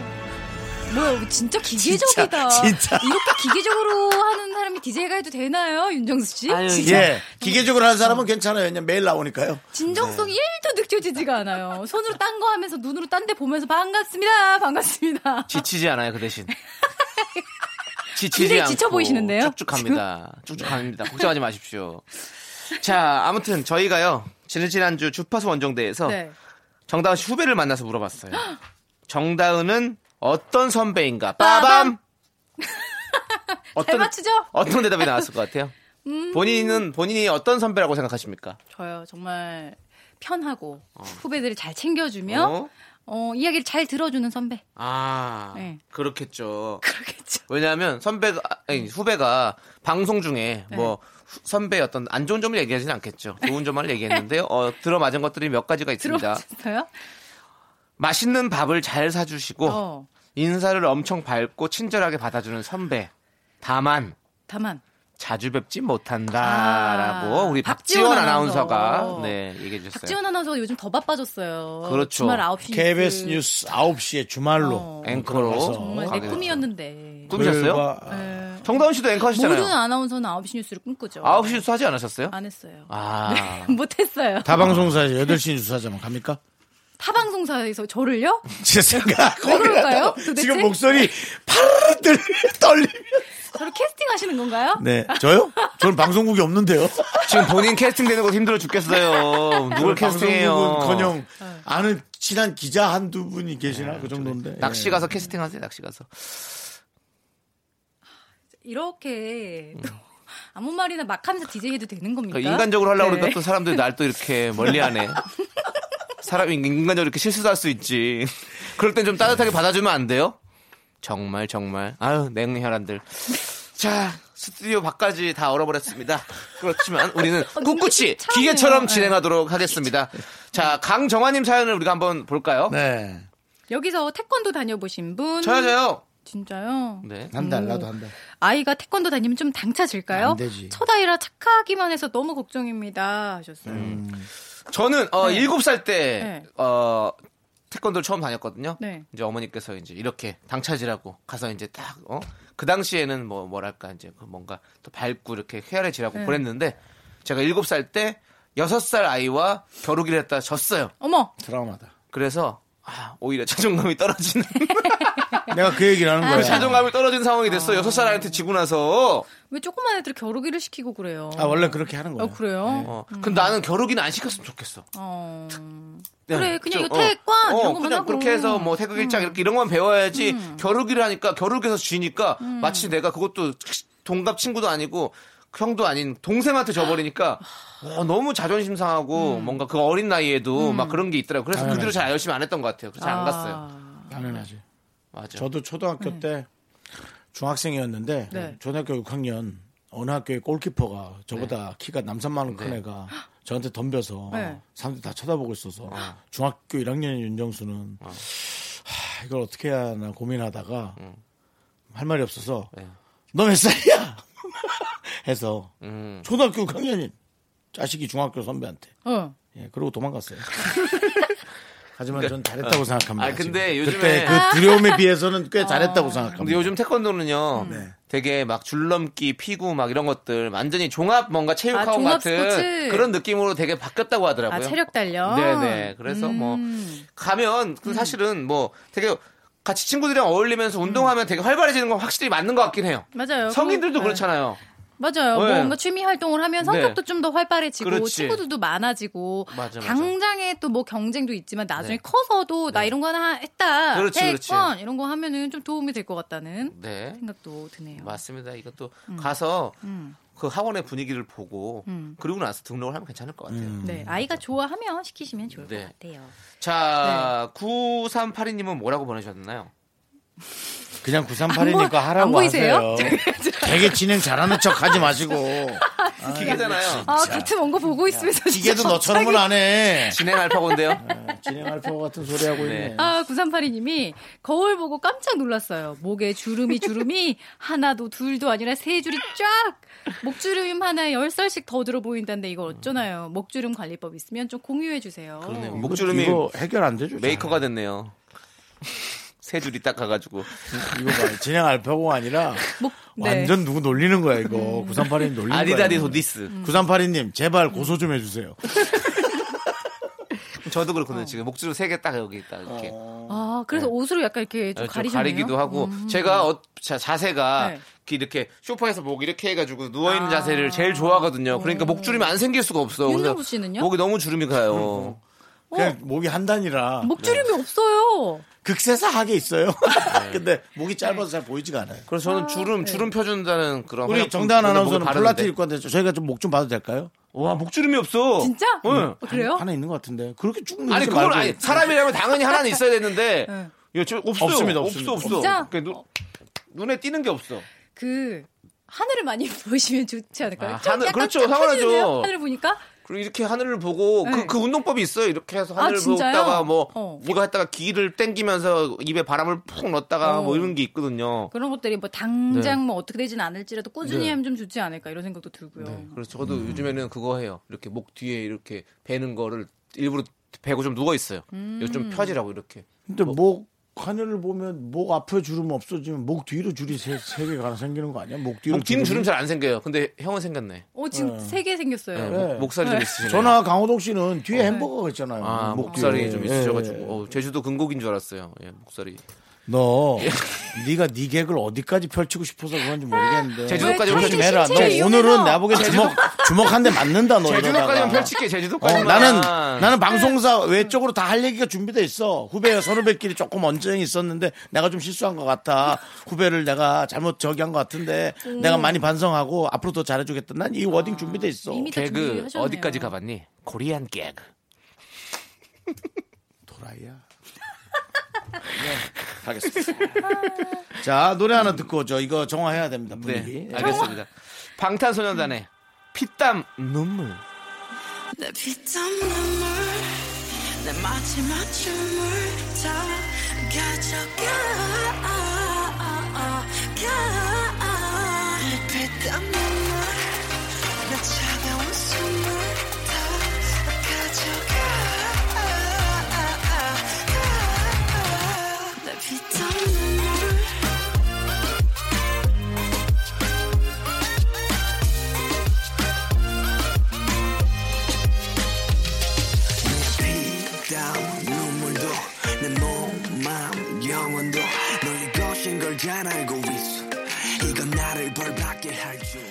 뭐야, 이거 진짜 기계적이다. 진짜. 이렇게 기계적으로 하는 사람이 DJ가 해도 되나요, 윤정수 씨? 진짜. 예 기계적으로 하는 사람은 괜찮아요 왜냐면 매일 나오니까요 진정성이 네. 일 1도 느껴지지가 않아요. 손으로 딴 거 하면서 눈으로 딴 데 보면서 반갑습니다. 반갑습니다. 지치지 않아요, 그 (laughs) 대신. 지치지 굉장히 않고 지쳐 보이시는데요? 네. 쭉쭉합니다. 쭉쭉합니다. 걱정하지 마십시오. 자, 아무튼 저희가요. 지난 지난주 주파수 원정대에서 네. 정다은 씨 (gasps) (laughs) 후배를 만나서 물어봤어요. 정다은은 어떤 선배인가? 빠밤! 어떤 맞추죠? 음. 어떤 대답이 나왔을 것 (laughs) 같아요? 본인은 본인이 어떤 선배라고 생각하십니까? 저요 정말 편하고 후배들을 잘 챙겨주며 어? 어? 이야기를 잘 들어주는 선배 (laughs) 아 네. 그렇겠죠. 그러겠죠. 왜냐하면 선배가 아니, 후배가 방송 중에 네. 뭐 후- 선배의 어떤 안 좋은 점을 얘기하지는 않겠죠. 좋은 점만 얘기했는데요. 어, 들어맞은 것들이 몇 가지가 있습니다. 들어보셨어요? 맛있는 밥을 잘 사주시고 어. 인사를 엄청 밝고 친절하게 받아주는 선배. 다만 다만 자주 뵙지 못한다라고 아, 우리 박지원 박지원 아나운서가 아나운서. 네 얘기해 주셨어요. 박지원 아나운서가 요즘 더 바빠졌어요. 그렇죠. 주말 9시 KBS 뉴스 9시에 주말로 네, 어. 앵커로 정말 내 가게 네, 꿈이었는데. 꿈이셨어요? 토요일과- 네. 정다운 씨도 앵커 하시잖아요. 모든 아나운서는 9시 뉴스를 꿈꾸죠. 9시 뉴스 하지 않으셨어요? 안 했어요. 아, (laughs) 네. 못했어요. 다 방송사에서 8시 뉴스하자면 갑니까? (laughs) 타방송사에서 저를요? 제 생각. 왜 그럴까요? 도대체? 지금 목소리 파르르 (laughs) 떨리면. 저를 캐스팅하시는 건가요? 네, 저요? 저는 방송국이 (laughs) 없는데요. 지금 본인 캐스팅 되는 거 힘들어 죽겠어요. 누굴 캐스팅해요? 커녕 네. 아는 친한 기자 한두 분이 계시나 그 정도인데. 낚시 예. 가서 캐스팅 하세요. 낚시 가서. 이렇게 또 아무 말이나 막 하면서 DJ 해도 되는 겁니까? 음. 그러니까 인간적으로 하려고 네. 그러다 또 사람들이 날 또 이렇게 멀리하네. 사람이 인간적으로 이렇게 실수도 할 수 있지. 그럴 땐 좀 따뜻하게 받아주면 안 돼요? 정말 정말 아유 냉혈한들. 자 스튜디오 밖까지 다 얼어버렸습니다. 그렇지만 우리는 꿋꿋이 어, 차네요. 기계처럼 네. 진행하도록 하겠습니다. 자 강정화님 사연을 우리가 한번 볼까요? 네. 여기서 태권도 다녀보신 분. 저요 저요. 진짜요? 네. 한 달, 나도 한 달. 아이가 태권도 다니면 좀 당차질까요? 안 되지. 첫 아이라 착하기만 해서 너무 걱정입니다. 하셨어요. 음. 저는 어 네. 일곱 살 때 네. 어. 태권도를 처음 다녔거든요. 네. 이제 어머니께서 이제 이렇게 당차지라고 가서 이제 딱 어? 그 당시에는 뭐 뭐랄까 이제 그 뭔가 또 밝고 이렇게 헤아려지라고 네. 그랬는데 제가 일곱 살 때 여섯 살 아이와 겨루기를 했다 졌어요. 어머, 드라마다. 그래서 아, 오히려 자존감이 (laughs) 떨어지는 내가 그 얘기를 하는 네. 거야. 아, 자존감이 떨어진 상황이 됐어. 여섯 살 아이한테 지고 나서 왜 조그만 애들 겨루기를 시키고 그래요? 아, 네. 원래 그렇게 하는 거야. 아, 그래요? 어. 근데 나는 겨루기는 안 시켰으면 좋겠어. 어. 네, 그래, 그냥 좀, 이거 태관 어, 이런 음. 것만 그냥 하고. 그렇게 해서 뭐 태극일장 이렇게 이런 건 배워야지 음. 겨루기를 하니까 겨루기에서 지니까 마치 내가 그것도 동갑 친구도 아니고 형도 아닌 동생한테 (gasps) 져버리니까 어, 너무 자존심 상하고 음. 뭔가 그 어린 나이에도 막 그런 게 있더라고. 요 그래서 그 뒤로 잘 열심히 안 했던 것 같아요. 그래서 잘 안 갔어요. 당연하지. 맞아. 저도 초등학교 때 중학생이었는데 네. 초등학교 6학년 어느 학교의 골키퍼가 저보다 키가 남산만 원큰 애가 저한테 덤벼서 네. 사람들이 다 쳐다보고 있어서 어. 중학교 1학년인 윤정수는 하, 이걸 어떻게 해야 하나 고민하다가 할 말이 없어서 너 몇 살이야? (laughs) 해서 음. 초등학교 6학년인 자식이 중학교 선배한테 어. 예, 그러고 도망갔어요. 하지만 전 잘했다고 생각합니다. 아, 근데 지금. 요즘에- 그때 그 두려움에 비해서는 꽤 잘했다고 생각합니다. 근데 요즘 음. 태권도는요. 되게 막 줄넘기, 피구 막 이런 것들 완전히 종합 뭔가 체육학원 아, 종합 같은 스포츠. 그런 느낌으로 되게 바뀌었다고 하더라고요. 아, 체력 단련? 네네. 그래서 뭐 가면 그 사실은 뭐 되게 같이 친구들이랑 어울리면서 운동하면 되게 활발해지는 건 확실히 맞는 것 같긴 해요. 맞아요. 성인들도 네. 그렇잖아요. 맞아요. 뭐 네. 뭔가 취미 활동을 하면 성격도 좀 더 활발해지고 그렇지. 친구들도 많아지고 맞아, 맞아. 당장에 또 뭐 경쟁도 있지만 나중에 네. 커서도 나 이런 거 하나 했다. 그렇지, 그렇지. 태권 이런 거 하면은 좀 도움이 될 것 같다는 네. 음. 생각도 드네요. 맞습니다. 이것도 가서 그 학원의 분위기를 보고 그리고 나서 등록을 하면 괜찮을 것 같아요. 네. 아이가 좋아하면 시키시면 좋을 음. 네. 것 같아요. 자, 9382님은 뭐라고 보내셨나요? 그냥 안 9382니까 보- 안 하라고 보이세요? 하세요. 되게 진행 잘하는 척 하지 마시고. 기계잖아요. 아, 같은 원고 보고 있으면서 기계도 진짜 너처럼은 안 해. 진행 알파고인데요. 진행할 표 같은 소리 하고 네. 있네. 아, 9382님이 거울 보고 깜짝 놀랐어요. 목에 주름이 주름이 하나도 둘도 아니라 세 줄이 쫙! 목주름 하나에 열 살씩 더 들어 보인다는데 이걸 어쩌나요? 목주름 관리법 있으면 좀 공유해주세요. 그러네요. 이거- 목주름이 이거 해결 안 되죠? 메이커가 됐네요. 세 줄이 딱 가가지고. 이거 봐. 진행 알파고가 아니라 목, 네. 완전 누구 놀리는 거야, 이거. 9382님 놀리는 거야. 아디다디 이거. 도디스. 9382님, 제발 고소 좀 해주세요. 저도 그렇거든요. 지금 목주름 세 개 딱 여기 딱 이렇게. 아, 그래서 옷으로 약간 이렇게 좀 네. 좀 가리잖아요. 음. 가리기도 하고 제가 어, 자, 자세가 네. 아. 이렇게 이렇게 쇼파에서 목 이렇게 해가지고 누워 있는 자세를 제일 좋아하거든요. 그러니까 목주름이 안 생길 수가 없어. 그래서 윤정수 씨는요? 목이 너무 주름이 가요. 그냥 목이 한 단이라 뭐? 네. 목주름이 없어요. 극세사하게 있어요. (laughs) 근데 목이 짧아서 잘 보이지가 않아요. 그래서 저는 네. 주름 주름 펴준다는 그런 우리 화장품 정다은 그런 거 아나운서는 바르는데. 플라트 입고 왔는데 저희가 좀 목 좀 봐도 될까요? 와 목주름이 없어. 진짜? 응. 어, 그래요? 하나 있는 것 같은데 그렇게 쭉 아니 늘리지 그걸 말고. 아니 사람이라면 당연히 하나는 있어야 (laughs) 되는데 응. 이거 지금 없어요. 없습니다, 없습니다. 없어 없어. 네. 진짜? 그러니까 눈- 눈에 띄는 게 없어. 그 하늘을 많이 (laughs) 보시면 좋지 않을까요? 아, 좀 하늘, 약간 그렇죠. 쫙 당연하죠. 펴지는데요? 하늘 보니까 그리고 이렇게 하늘을 보고 그, 네. 그 운동법이 있어요. 이렇게 해서 아, 하늘을 진짜요? 보다가 뭐 어. 이거 했다가 귀를 땡기면서 입에 바람을 푹 넣었다가 어. 뭐 이런 게 있거든요. 그런 것들이 뭐 당장 네. 뭐 어떻게 되진 않을지라도 꾸준히 네. 하면 좀 좋지 않을까 이런 생각도 들고요. 그래서 저도 요즘에는 그거 해요. 이렇게 목 뒤에 이렇게 베는 거를 일부러 베고 좀 누워 있어요. 음. 이거 좀 펴지라고 이렇게. 근데 뭐- 목 하늘을 보면 목 앞에 주름 없어지면 목 뒤로 줄이 세, 세 개가 하나 생기는 거 아니야? 목 뒤로 목 뒤는 주름이? 주름 잘 안 생겨요. 근데 형은 생겼네. 어 지금 세 개 네, 생겼어요. 목, 목살이 좀 있으시네. 저나 강호동 씨는 뒤에 햄버거가 있잖아요. 어. 아, 목 목살이 뒤에. 좀 예, 있으셔가지고 예. 어우, 제주도 근곡인 줄 알았어요. 예, 목살이. 너 네가 네 객을 어디까지 펼치고 싶어서 그런지 모르겠는데 제주도까지 좀왜 펼치게. 해라. 너 신체를 오늘은 이용해서. 나보기 주먹 주먹 한 대 맞는다 너. 제주도까지만 이러다가. 펼칠게. 어, 제주도까지만. 나는 나는 방송사 외적으로 다 할 얘기가 준비돼 있어. 후배 선후배끼리 조금 언쟁이 있었는데 내가 좀 실수한 것 같아. 후배를 내가 잘못 저기한 것 같은데 음. 내가 많이 반성하고 앞으로 더 잘해주겠다. 난 이 워딩 준비돼 있어. 이미 다 개그 준비하셨네요. 어디까지 가봤니? 코리안 개그. 도라이야. 가겠습니다. 자 노래 하나 듣고 저 이거 정화해야 됩니다 분위기. 예. 네, 알겠습니다. 방탄소년단의 피땀 눈물. 내 피땀 눈물 내 마지막 춤을 다 가져가 내 피땀 눈물 내 차가운 숨을 다 가져가 내 피땀 눈물 피땀 눈물도 내몸맘 영혼도 너의 것인 걸 잘 알고 있어 이건 나를 벌받게 할줄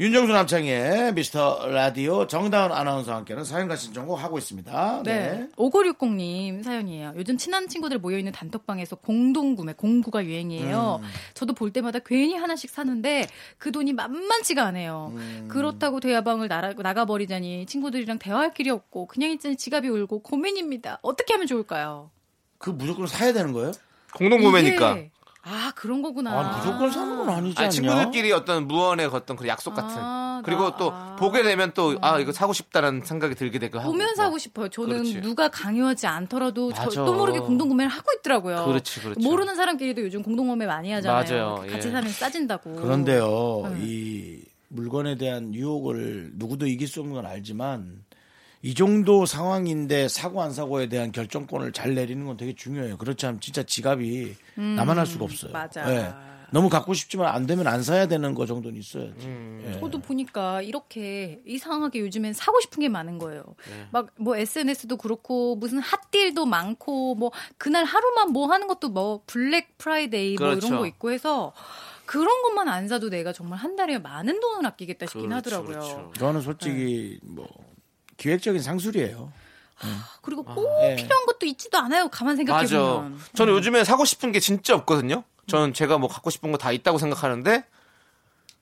윤정수 남창의 미스터 라디오 정다운 아나운서와 함께는 사연과 신청곡 하고 있습니다. 네. 네. 5960님 사연이에요. 요즘 친한 친구들 모여있는 단톡방에서 공동구매, 공구가 유행이에요. 음. 저도 볼 때마다 괜히 하나씩 사는데 그 돈이 만만치가 않아요. 음. 그렇다고 대화방을 나가, 나가버리자니 친구들이랑 대화할 길이 없고 그냥 있자니 지갑이 울고 고민입니다. 어떻게 하면 좋을까요? 그 무조건 사야 되는 거예요? 공동구매니까. 이게- 아, 그런 거구나. 아, 무조건 사는 건 아니지 않냐? 아니, 친구들끼리 어떤 무언의 어떤 그 약속 같은. 아, 그리고 나- 또 아. 보게 되면 또 아 이거 사고 싶다라는 생각이 들게 되고 하고. 보면 사고 싶어요. 저는 그렇지. 누가 강요하지 않더라도 저- 맞아. 또 모르게 공동구매를 하고 있더라고요. 그렇지, 그렇지. 모르는 사람끼리도 요즘 공동구매 많이 하잖아요. 맞아요. 같이 예. 사면 싸진다고. 그런데요, 이 물건에 대한 유혹을 누구도 이길 수 없는 건 알지만 이 정도 상황인데 사고 안 사고에 대한 결정권을 잘 내리는 건 되게 중요해요. 그렇지 않으면 진짜 지갑이 나만 할 수가 없어요. 예. 맞아. 너무 갖고 싶지만 안 되면 안 사야 되는 거 정도는 있어야지. 네. 예. 저도 보니까 이렇게 이상하게 요즘엔 사고 싶은 게 많은 거예요. 네. 막 뭐 SNS도 그렇고 무슨 핫딜도 많고 뭐 그날 하루만 뭐 하는 것도 뭐 블랙 프라이데이 뭐 그렇죠. 이런 거 있고 해서 그런 것만 안 사도 내가 정말 한 달에 많은 돈을 아끼겠다 그렇죠, 싶긴 하더라고요. 저는 솔직히 뭐 기획적인 상술이에요. 그리고 꼭 필요한 것도 있지도 않아요. 가만 생각해 아, 예. 맞아. 보면. 음. 저는 요즘에 사고 싶은 게 진짜 없거든요. 저는 제가 뭐 갖고 싶은 거 다 있다고 생각하는데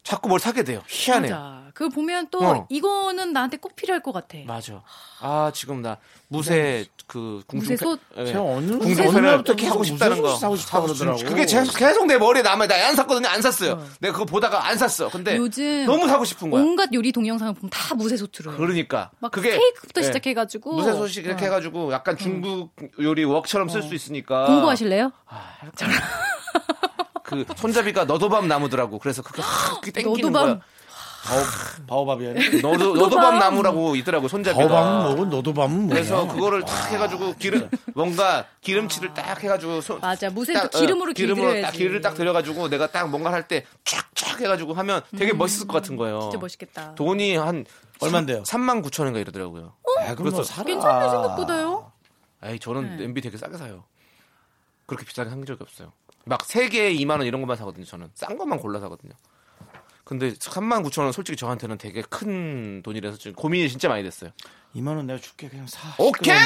자꾸 뭘 사게 돼요. 희한해요. 맞아. 그걸 보면 또 어. 이거는 나한테 꼭 필요할 것 같아. 맞아. 아 지금 나 무쇠 그 궁중 무쇠솥? 네. 제가 어느 궁중패를 어느날부터 계속 사고 싶다는 무슨 거 소스 사고 싶다 그러더라고. 그게 제- 계속 내 머리에 남아. 나안 샀거든요. 안 샀어요. 내가 그거 보다가 안 샀어. 근데 요즘 너무 사고 싶은 거야. 온갖 요리 동영상을 보면 다 무쇠솥으로. 해요. 그러니까 막 그게 스테이크부터 예. 시작해가지고 어. 무쇠 소식 이렇게 해가지고 약간 중국 요리 웍처럼 쓸 수 있으니까 공부하실래요? 그 손잡이가 너도밤 나무더라고. 그래서 그게 하, 그게 땡기는 아, 너도밤. 거야. 바오밥이야. (laughs) 너도 너도밤 나무라고 있더라고 손잡이가. 바오밥은 뭐고 노도밥은 뭐야? 그래서 그거를 아. 탁 해가지고 기름 뭔가 기름칠을 딱 해가지고 손 맞아. 무쇠 딱, 어, 기름으로 기름으로 딱 길들여야지. 기름을 딱 들여가지고 내가 딱 뭔가 할 때 쫙쫙 해가지고 하면 되게 멋있을 것 같은 거예요. 음. 진짜 멋있겠다. 돈이 한 얼만데요? 3만 9천 원인가 이러더라고요. 어? 네, 아, 그럼 그렇죠. 너 사라. 아, 괜찮네 생각보다요. 에이 저는 네. MB 되게 싸게 사요. 그렇게 비싸게 산 적이 없어요. 막 세 개에 2만 원 이런 것만 사거든요. 저는 싼 것만 골라 사거든요. 근데 3만 9천 원 솔직히 저한테는 되게 큰 돈이라서 지금 고민이 진짜 많이 됐어요. 2만 원 내가 줄게 그냥 사. 오케이!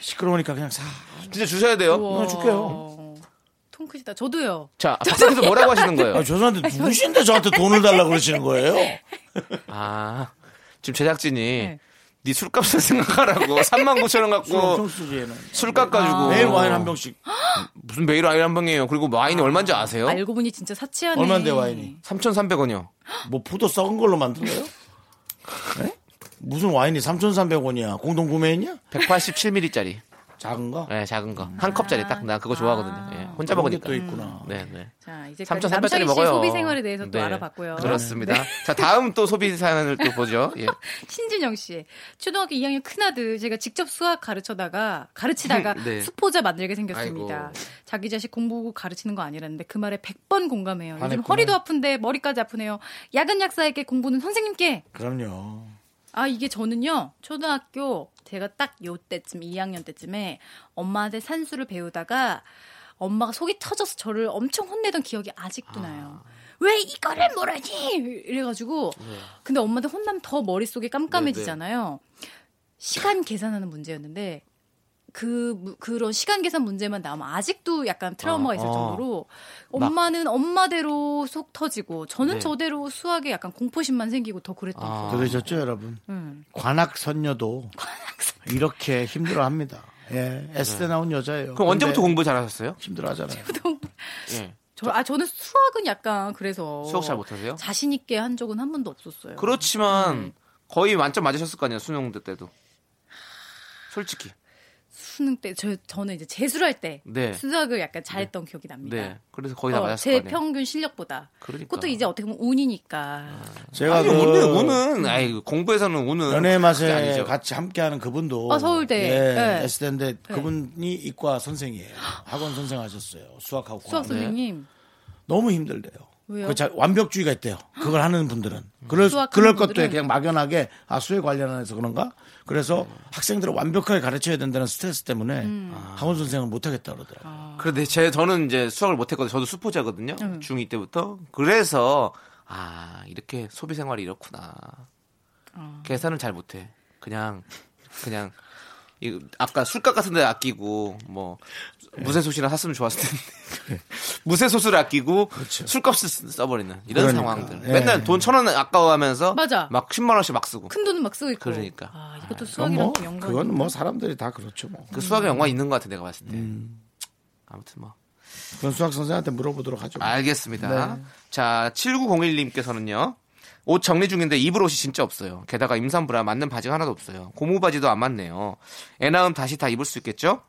시끄러우니까 그냥 사. 진짜 주셔야 돼요. 우와. 어, 줄게요. 통크시다. (laughs) 저도요. 자, 바깥에서 뭐라고 하시는 거예요? (laughs) 아, 죄송한데 누구신데 저한테 돈을 달라고 그러시는 거예요? 아, 지금 제작진이 네, 네. 술값을 (laughs) 생각하라고 3만 9천 원 술 엄청 갖고 쓰지 얘는. 술 깎아주고 매일 와인 한 병씩. 무슨 매일 와인 한 병이에요. 그리고 와인이 얼마인지 아세요? 알고 보니 진짜 사치하네. 얼만데 와인이? 3,300원이요. 뭐 포도 썩은 걸로 만들어요? 에? 무슨 와인이 3,300원이야? 공동 구매했냐? 187ml짜리. 작은 거? 네, 작은 거. 한 컵짜리 딱 나 그거 좋아하거든요. 예, 혼자 그런 게 먹으니까. 또 있구나. 네, 네. 자, 이제 3 3 0 0짜리 그러니까 남창희 씨 먹어요. 소비 생활에 대해서 또 네, 알아봤고요. 네. 그렇습니다. 자, 다음 또 소비 사연을 또 보죠. 예. 신진영 씨. 초등학교 2학년 큰아들 제가 직접 수학 가르쳐다가 가르치다가 (laughs) 네. 수포자 만들게 생겼습니다. 아이고. 자기 자식 공부 가르치는 거 아니라는데 그 말에 100번 공감해요. 요즘 화냈구나. 허리도 아픈데 머리까지 아프네요. 야근 약사에게 공부는 선생님께. 그럼요. 아, 이게 저는요. 초등학교 제가 딱 요때쯤 2학년 때쯤에 엄마한테 산수를 배우다가 엄마가 속이 터져서 저를 엄청 혼내던 기억이 아직도 나요. 왜 이거를 모르지? 이래가지고 네. 근데 엄마한테 혼나면 더 머릿속이 깜깜해지잖아요. 네, 시간 계산하는 문제였는데 그 무- 그런 시간 계산 문제만 나오면 아직도 약간 트라우마가 있을 아, 아. 정도로 막- 엄마는 엄마대로 속 터지고 저는 네. 저대로 수학에 약간 공포심만 생기고 더 그랬던 아. 기억. 들으셨죠, 여러분? 음. 관악 선녀도 이렇게 힘들어 합니다. 예. S대 나온 여자예요. 네. 그럼 언제부터 근데 공부 잘하셨어요? 힘들어 하잖아요. 예. 저, 아 저는 수학은 약간 그래서 수학 잘 못하세요? 자신 있게 한 적은 한 번도 없었어요. 그렇지만 음. 거의 만점 맞으셨을 거 아니에요. 수능 때도. 솔직히. 수능 때 저, 저는 이제 재수를 할 때 네. 수학을 약간 잘했던 기억이 납니다. 네. 그래서 거의 다 어, 맞았을 제 거 아니에요. 평균 실력보다. 그러니까. 것도 이제 어떻게 보면 운이니까. 제가 아니, 그 우는 우는 아이 그 공부에서는 우는 연애의 맛에 그게 아니죠. 같이 함께하는 그분도 아, 서울대. 예, 네. S대인데 그분이 이과 선생이에요. 학원 선생 하셨어요. 수학하고 수학 공학. 네. 선생님. 너무 힘들대요. 왜요? 그거 잘- 완벽주의가 있대요. 그걸 하는 분들은. 그럴, 수학 그럴 하는 것도 분들은? 그냥 막연하게 아 수에 관련해서 그런가? 그래서 음. 학생들을 완벽하게 가르쳐야 된다는 스트레스 때문에 음. 아, 학원 선생을 못 하겠다 그러더라고요. 아, 그런데 제 저는 이제 수학을 못했거든요. 저도 수포자거든요. 중2 때부터. 그래서 아 이렇게 소비 생활이 이렇구나. 계산을 잘 못해. 그냥 그냥 이 아까 술값 같은데 아끼고 뭐 네. 무쇠솥이나 샀으면 좋았을 텐데 (laughs) 무쇠솥을 아끼고 술값을 쓰- 써버리는 이런 그렇죠. 그러니까. 상황들. 예. 맨날 돈 천 원 아까워하면서 맞아. 그 막 10만 원씩 막 쓰고. 큰 돈은 막 쓰고 있고. 그러니까. 아, 이것도 그건 수학이랑 뭐, 또 연관. 그건 뭐 사람들이 다 그렇죠. 뭐. 그 수학에 연관 있는 것 같아 내가 봤을 때. 음. 아무튼 뭐 그건 수학 선생한테 물어보도록 하죠. 아. 알겠습니다. 자, 7901님께서는요. 옷 정리 중인데 입을 옷이 진짜 없어요. 게다가 임산부라 맞는 바지가 하나도 없어요. 고무 바지도 안 맞네요. 애 낳음 다시 다 입을 수 있겠죠?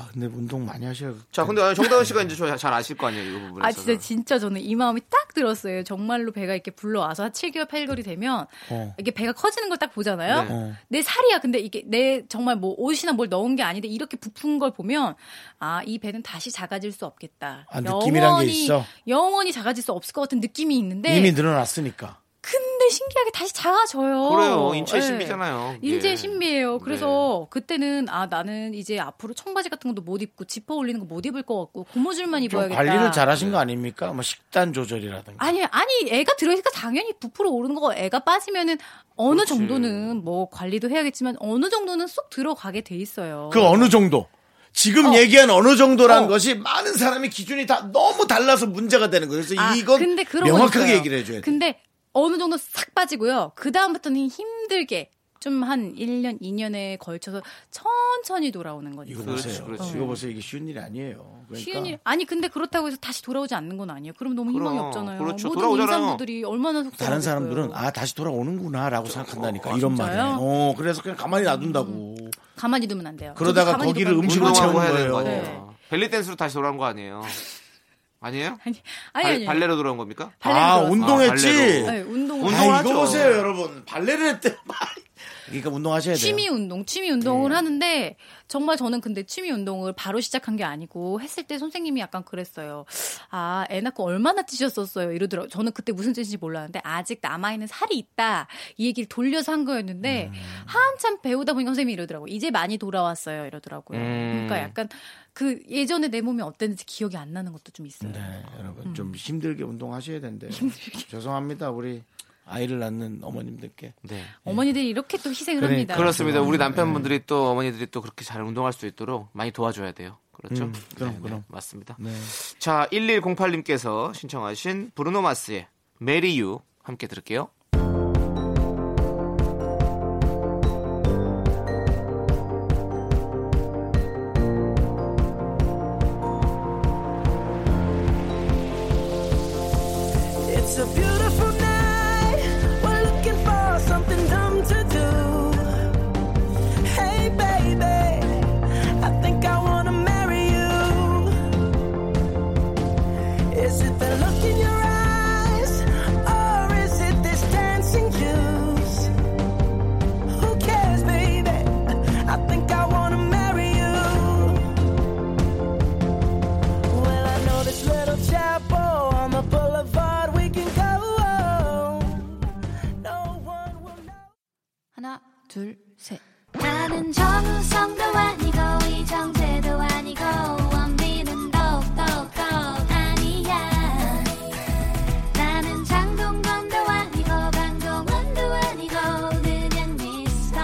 아, 근데 운동 많이 하셔야 자, 근데 정다은 씨가 이제 저 잘 아실 거 아니에요, 이 부분에서. 아 진짜 진짜 저는 이 마음이 딱 들었어요. 정말로 배가 이렇게 불러와서 한 7개월 8개월이 되면 어. 이게 배가 커지는 걸 딱 보잖아요. 네. 어. 내 살이야. 근데 이게 내 정말 뭐 옷이나 뭘 넣은 게 아닌데 이렇게 부푼 걸 보면 아 이 배는 다시 작아질 수 없겠다. 아, 느낌이란 게 있어? 영원히 작아질 수 없을 것 같은 느낌이 있는데 이미 늘어났으니까. 근데 신기하게 다시 작아져요. 그래요. 인체의 네. 신비잖아요. 그게. 인제 신비예요. 네. 그래서 그때는 아 나는 이제 앞으로 청바지 같은 것도 못 입고 지퍼 올리는 거 못 입을 것 같고 고무줄만 좀 입어야겠다. 관리를 잘하신 거 아닙니까? 뭐 식단 조절이라든가. 아니 아니 애가 들어있으니까 당연히 부풀어 오르는 거 애가 빠지면은 어느 정도는 뭐 관리도 해야겠지만 어느 정도는 쏙 들어가게 돼 있어요. 그 어느 정도. 지금 얘기한 어느 정도라는 뭐 어. 것이 많은 사람의 기준이 다 너무 달라서 문제가 되는 거예요. 그래서 아, 이건 근데 그런 건 명확하게 있어요. 얘기를 해줘야 돼. 요 근데 어느 정도 싹 빠지고요. 그 다음부터는 힘들게 좀 한 1년 2년에 걸쳐서 천천히 돌아오는 거니까. 이거 그렇지, 보세요. 그렇지. 이거 보세요. 이게 쉬운 일이 아니에요. 그러니까 쉬운 일 아니 근데 그렇다고 해서 다시 돌아오지 않는 건 아니에요. 그럼 너무 그럼, 희망이 없잖아요. 그렇죠. 모든 돌아오잖아요. 임산부들이 얼마나 속상하겠어요. 어, 다른 사람들은 아 다시 돌아오는구나라고 생각한다니까 이런 말에. 진짜요? 음. 어 그래서 그냥 가만히 놔둔다고. 가만히 두면 안 돼요. 그러다가 저도 가만히 거기를 두면 안 돼요. 음식으로 채운 운동하고 해야 거예요. 되는 거 아니에요. 벨리 댄스로 다시 돌아온 거 아니에요? 아니에요? 아니 아니 아니. 발, 레로 돌아온 겁니까? 발레로 아 돌아왔어요. 운동했지. 아, 발레로. 네, 운동을 아, 운동을 이거 하죠. 보세요 여러분 발레를 했대. (laughs) 그러니까 운동하셔야 돼요. 취미 운동, 취미 네. 운동을 하는데 정말 저는 근데 취미 운동을 바로 시작한 게 아니고 했을 때 선생님이 약간 그랬어요. 아, 애 낳고 얼마나 찌셨었어요? 이러더라고. 요 저는 그때 무슨 뜻인지 몰랐는데 아직 남아 있는 살이 있다. 이 얘기를 돌려서 한 음. 거였는데 한참 배우다 보니까 선생님이 이러더라고. 요 이제 많이 돌아왔어요. 이러더라고요. 음. 그러니까 약간 그 예전에 내 몸이 어땠는지 기억이 안 나는 것도 좀 있어요. 네, 여러분 음. 좀 힘들게 운동하셔야 된대요. 죄송합니다. 우리 아이를 낳는 어머님들께. 네. 어머니들이 이렇게 또 희생을 그러니까. 합니다. 아, 그렇습니다. 우리 남편분들이 또 어머니들이 또 그렇게 잘 운동할 수 있도록 많이 도와줘야 돼요. 그렇죠? 그럼, 네, 네, 그럼. 맞습니다. 네. 자, 1108님께서 신청하신 브루노 마스의 메리유 함께 들을게요. It's a beautiful night. We're looking for something dumb to do. Hey, baby, I think I wanna marry you. Is it the look in your eyes, or is it this dancing juice? Who cares, baby? I think I wanna marry you. Well, I know this little chapel on the boulevard we can go. No one will know. 하나, 둘, 셋. 나는 정우성도 아니고 이정재도 아니고 원빈은 더욱더 아니야 나는 장동건도 아니고 강동원도 아니고 그냥 미스터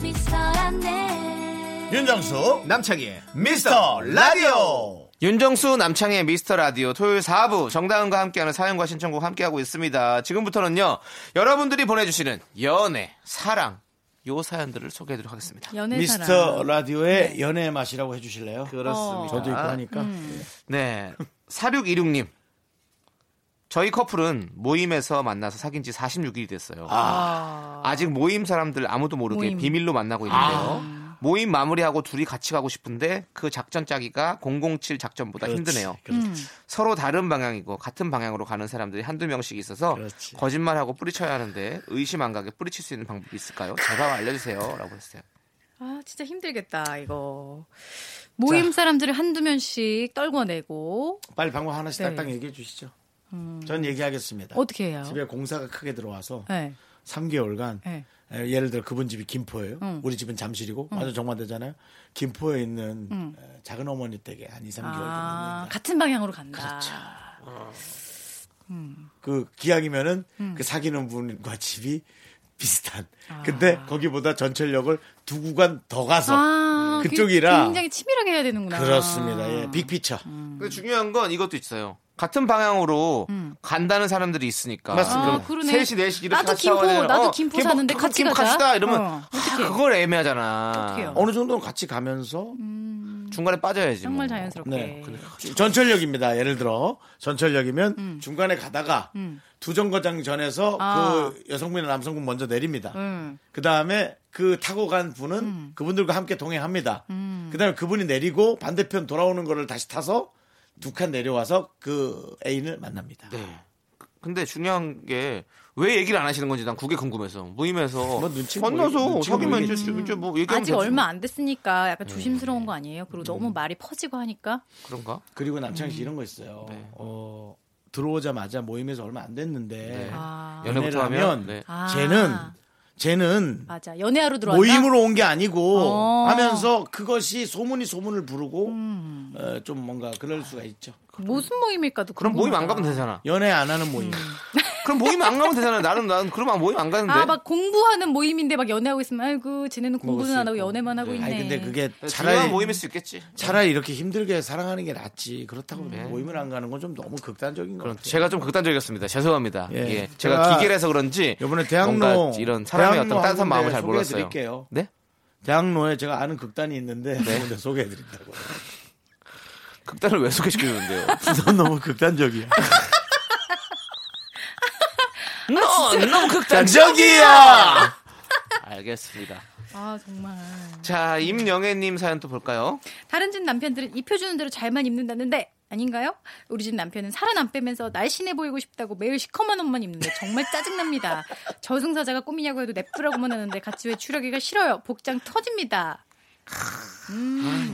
미스터란데 윤정수 남창희 미스터 라디오. 윤정수 남창의 미스터 라디오 토요일 4부 정다은과 함께하는 사연과 신청곡 함께하고 있습니다. 지금부터는요. 여러분들이 보내주시는 연애, 사랑 요 사연들을 소개해드리도록 하겠습니다. 연애 미스터 네, 사랑. 네. 라디오의 연애의 맛이라고 해주실래요? 그렇습니다. 저도 있고 하니까. 음. 네. 4616님. 저희 커플은 모임에서 만나서 사귄 지 46일이 됐어요. 아. 직 모임 사람들 아무도 모르게 모임. 비밀로 만나고 있는데요. 모임 마무리하고 둘이 같이 가고 싶은데 그 작전 짜기가 007 작전보다 힘드네요. 서로 다른 방향이고 같은 방향으로 가는 사람들이 한두 명씩 있어서 그렇지. 거짓말하고 뿌리쳐야 하는데 의심 안 가게 뿌리칠 수 있는 방법이 있을까요? 제가 알려주세요. 라고 했어요. 아, 진짜 힘들겠다, 이거. 모임 사람들을 한두 명씩 떨궈내고, 빨리 방법 하나씩 네. 음. 딱딱 얘기해 주시죠. 전 얘기하겠습니다. 어떻게 해요? 집에 공사가 크게 들어와서 네. 3개월간 네. 음. 예를 들어 그분 집이 김포예요. 우리 집은 잠실이고 완전 정반대잖아요. 김포에 있는 에, 작은 어머니 댁에 한 2, 3개월 음. 아, 정도 같은 방향으로 간다. 그렇죠. 그 기왕이면은 음. 그 사귀는 분과 집이 비슷한. 근데 거기보다 전철역을 두 구간 더 가서 아, 그게 그쪽이라 굉장히 치밀하게 해야 되는구나. 그렇습니다. 아. 예, 빅피처. 음. 근데 중요한 건 이것도 있어요. 같은 방향으로 간다는 사람들이 있으니까. 맞습니다. 음. 아, 그러네. 3시, 4시 이렇게 나도 같이 김포, 사와야 나도 되나? 김포 사는데 가- 같이 어, 김포 가자. 갑시다 이러면 어, 아, 어떡해. 그걸 애매하잖아. 어떡해요. 어느 정도는 같이 가면서 음. 중간에 빠져야지. 정말 뭐. 자연스럽게. 네. 전철역입니다. 예를 들어 전철역이면 중간에 가다가 두 정거장 전에서 음. 아. 그 여성분이나 남성분 먼저 내립니다. 음. 그 다음에 그 타고 간 분은 그분들과 함께 동행합니다. 그 다음에 그분이 내리고 반대편 돌아오는 거를 다시 타서 두 칸 내려와서 그 애인을 만납니다. 네. 근데 중요한 게 왜 얘기를 안 하시는 건지 난 그게 궁금해서 모임에서 뭐 눈치 보이- 만나서 눈치 사귀면 이제, 보이겠지. 이제 뭐 얘기하면 되지 아직 얼마 안 됐으니까 네. 약간 조심스러운 거 아니에요? 그리고 너무 말이 퍼지고 하니까. 그런가? 그리고 남창희 씨 이런 거 있어요. 네. 어, 들어오자마자 모임에서 얼마 안 됐는데 아, 네. 연애부터 연애를 하면 하면 네. 아. 쟤는 쟤는 맞아. 연애하러 들어왔다. 모임으로 온 게 아니고 어. 하면서 그것이 소문이 소문을 부르고 음. 어, 좀 뭔가 아. 그럴 수가 있죠. 무슨 모임일까도 그럼 모임 안 궁금하다. 가면 되잖아. 연애 안 하는 모임. 음. 그럼 모임 안 가면 되잖아. 나는 나는 그럼 안- 모임 안 가는데. 네? 아, 막 공부하는 모임인데 막 연애하고 있으면 아이고 쟤네는 공부는 안 하고 연애만 하고 있네. 아니 근데 그게 중요한 차라리 모임일 수 있겠지. 차라리 이렇게 힘들게 사랑하는 게 낫지. 그렇다고 모임을 안 가는 건 좀 너무 극단적인 것 네. 그럼 같아요. 그렇죠. 제가 좀 극단적이었습니다. 죄송합니다. 예. 예, 제가, 제가 기계라서 그런지 요번에 뭔가 대학로 이런 사람의 대학로 어떤 따뜻한 한 군데 마음을 잘 몰랐어요. 소개해드릴게요. 네? 대학로에 제가 아는 극단이 있는데 (laughs) 네. 소개해드린다고. 극단을 (laughs) 왜 소개시키는데요? 넌 너무 극단적이야. 너 너무 극단적이야. 알겠습니다. 아, 정말. 자, 임영애님 사연 또 볼까요? 다른 집 남편들은 입혀주는 대로 잘만 입는다는데 아닌가요? 우리 집 남편은 살은 안 빼면서 날씬해 보이고 싶다고 매일 시커먼 옷만 입는데 정말 (laughs) 짜증납니다. 저승사자가 꿈이냐고 해도 냅두라고만 하는데 같이 외출하기가 싫어요. 복장 터집니다.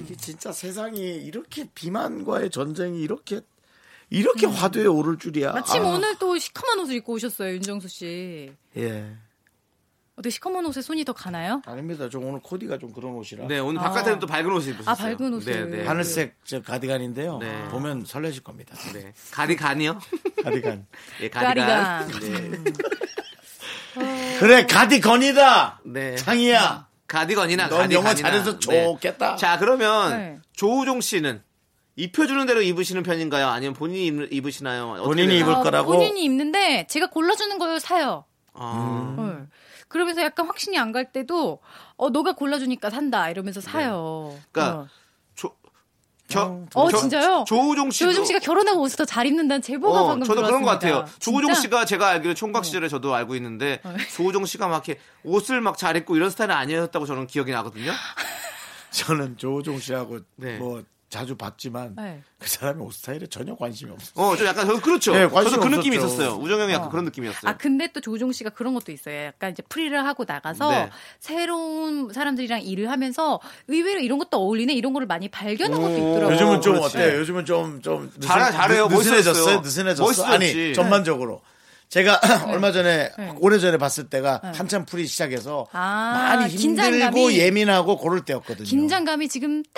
이게 진짜 세상이 이렇게 비만과의 전쟁이 이렇게 이렇게 화두에 오를 줄이야. 마침 아, 오늘 또 시커먼 옷을 입고 오셨어요, 윤정수 씨. 예. 어떻게 시커먼 옷에 손이 더 가나요? 아닙니다. 저 오늘 코디가 좀 그런 옷이라. 네, 오늘 바깥에는 또 밝은 옷을 입으셨어요. 아, 밝은 옷을. 네, 네. 하늘색 저 가디건인데요. 네. 보면 설레실 겁니다. 네. 가디간이요? 가디건. 예, 가디간. 네. 그래 가디건이다. 네. 창이야. 가디건이나 넌 가디건이나. 네. 영어 잘해서 좋겠다. 자, 그러면 네. 조우종 씨는 입혀주는 대로 입으시는 편인가요? 아니면 본인이 입- 입으시나요? 어떻게 본인이 되나요? (laughs) 입을 아, 거라고. 본인이 입는데 제가 골라주는 걸 사요. 음. 아, 헐. 그러면서 약간 확신이 안 갈 때도 어 너가 골라주니까 산다 이러면서 사요. 네. 그러니까 조, 겨, 어, 어, 진짜요? 조우종 씨도. 조효정 씨가 결혼하고 옷을 더 잘 입는다는 제보가 어, 방금 저도 그런 것 들어왔습니다. 같아요. 조우종 진짜? 어. 네. 씨가 제가 알기로 총각 시절에 저도 알고 있는데 조우종 씨가 막 이렇게 옷을 막 잘 입고 이런 스타일은 아니었다고 저는 기억이 나거든요. 저는 조우종 씨하고 네. 뭐 자주 봤지만 네. 그 사람의 옷 스타일에 전혀 관심이 없어. 어, 저 약간 저 그렇죠. 네, 관심 저도 그 느낌이 없었죠. 있었어요. 우정 형이 약간 어. 그런 느낌이었어요. 아 근데 또 조종 씨가 그런 것도 있어요. 약간 이제 프리를 하고 나가서 네. 새로운 사람들이랑 일을 하면서 의외로 이런 것도 어울리네 이런 거를 많이 발견한 것도 오. 있더라고요. 요즘은 좀 그렇지. 어때요? 요즘은 좀좀 잘해- 잘해요. 느슨해졌어요. 멋있었어요. 느슨해졌어. 멋있었지. 아니 네. 전반적으로 제가 (clears throat) 얼마 전에 네. 오래 전에 봤을 때가 한참 풀이 시작해서 아, 많이 힘들고 긴장감이- 예민하고 그럴 때였거든요. 긴장감이 지금 딱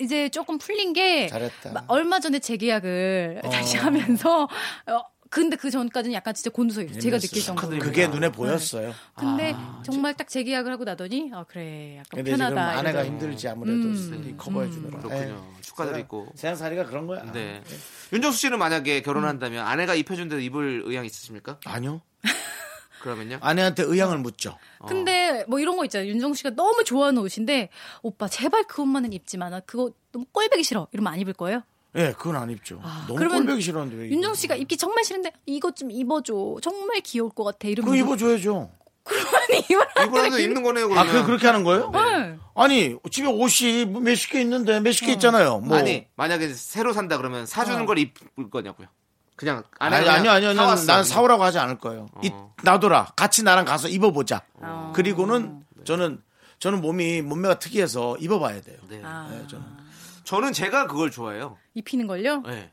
이제 조금 풀린 게 잘했다. 어. 마- 얼마 전에 재계약을 다시 하면서 어, 근데 그 전까지는 약간 진짜 곤두서 있어요. 제가 느낄 예민했어요. 정도로. 네. 그게 눈에 보였어요. 근데 정말 딱 재계약을 하고 나더니 아 그래 약간 근데 지금 편하다. 음. 아내가 이러더라고요. 힘들지 아무래도 이 커버해 주느라. 그렇군요. 네. 축하드리고. 세상살이가 아, 그런 거야. 네. 윤정수 씨는 만약에 음. 결혼한다면 아내가 입혀준 대로 입을 의향 있으십니까? 아니요. 그러면요? 아내한테 의향을 묻죠. 어. 근데 뭐 이런 거 있잖아요. 윤정 씨가 너무 좋아하는 옷인데 오빠 제발 그 옷만은 입지 마. 나 그거 너무 꼴배기 싫어. 이러면 안 입을 거예요? 예, 그건 안 입죠. 너무 아, 그러면 꼴보기 싫었는데 왜? 윤정 씨가 입기 정말 싫은데 이것 좀 입어줘. 정말 귀여울 것 같아. 그 이러면 입어줘야죠. 그러면 (laughs) 입어라. 이거라도 입는 거네요, 아, 그러면. 그 그렇게 하는 거예요? 네. 어. 아니 집에 옷이 뭐 몇십 개 있는데 몇십 개 있잖아요. 뭐. 아니, 만약에 새로 산다 그러면 사주는 걸 입을 거냐고요. 그냥 아니, 아내가 아니, 아니, 아니, 사왔어. 어. 난 사오라고 하지 않을 거예요. 이, 놔둬라. 같이 나랑 가서 입어보자. 그리고는 저는, 저는 몸이, 몸매가 특이해서 입어봐야 돼요. 네. 아. 네, 저는. 저는 제가 그걸 좋아해요. 입히는 걸요? (gasps) 네.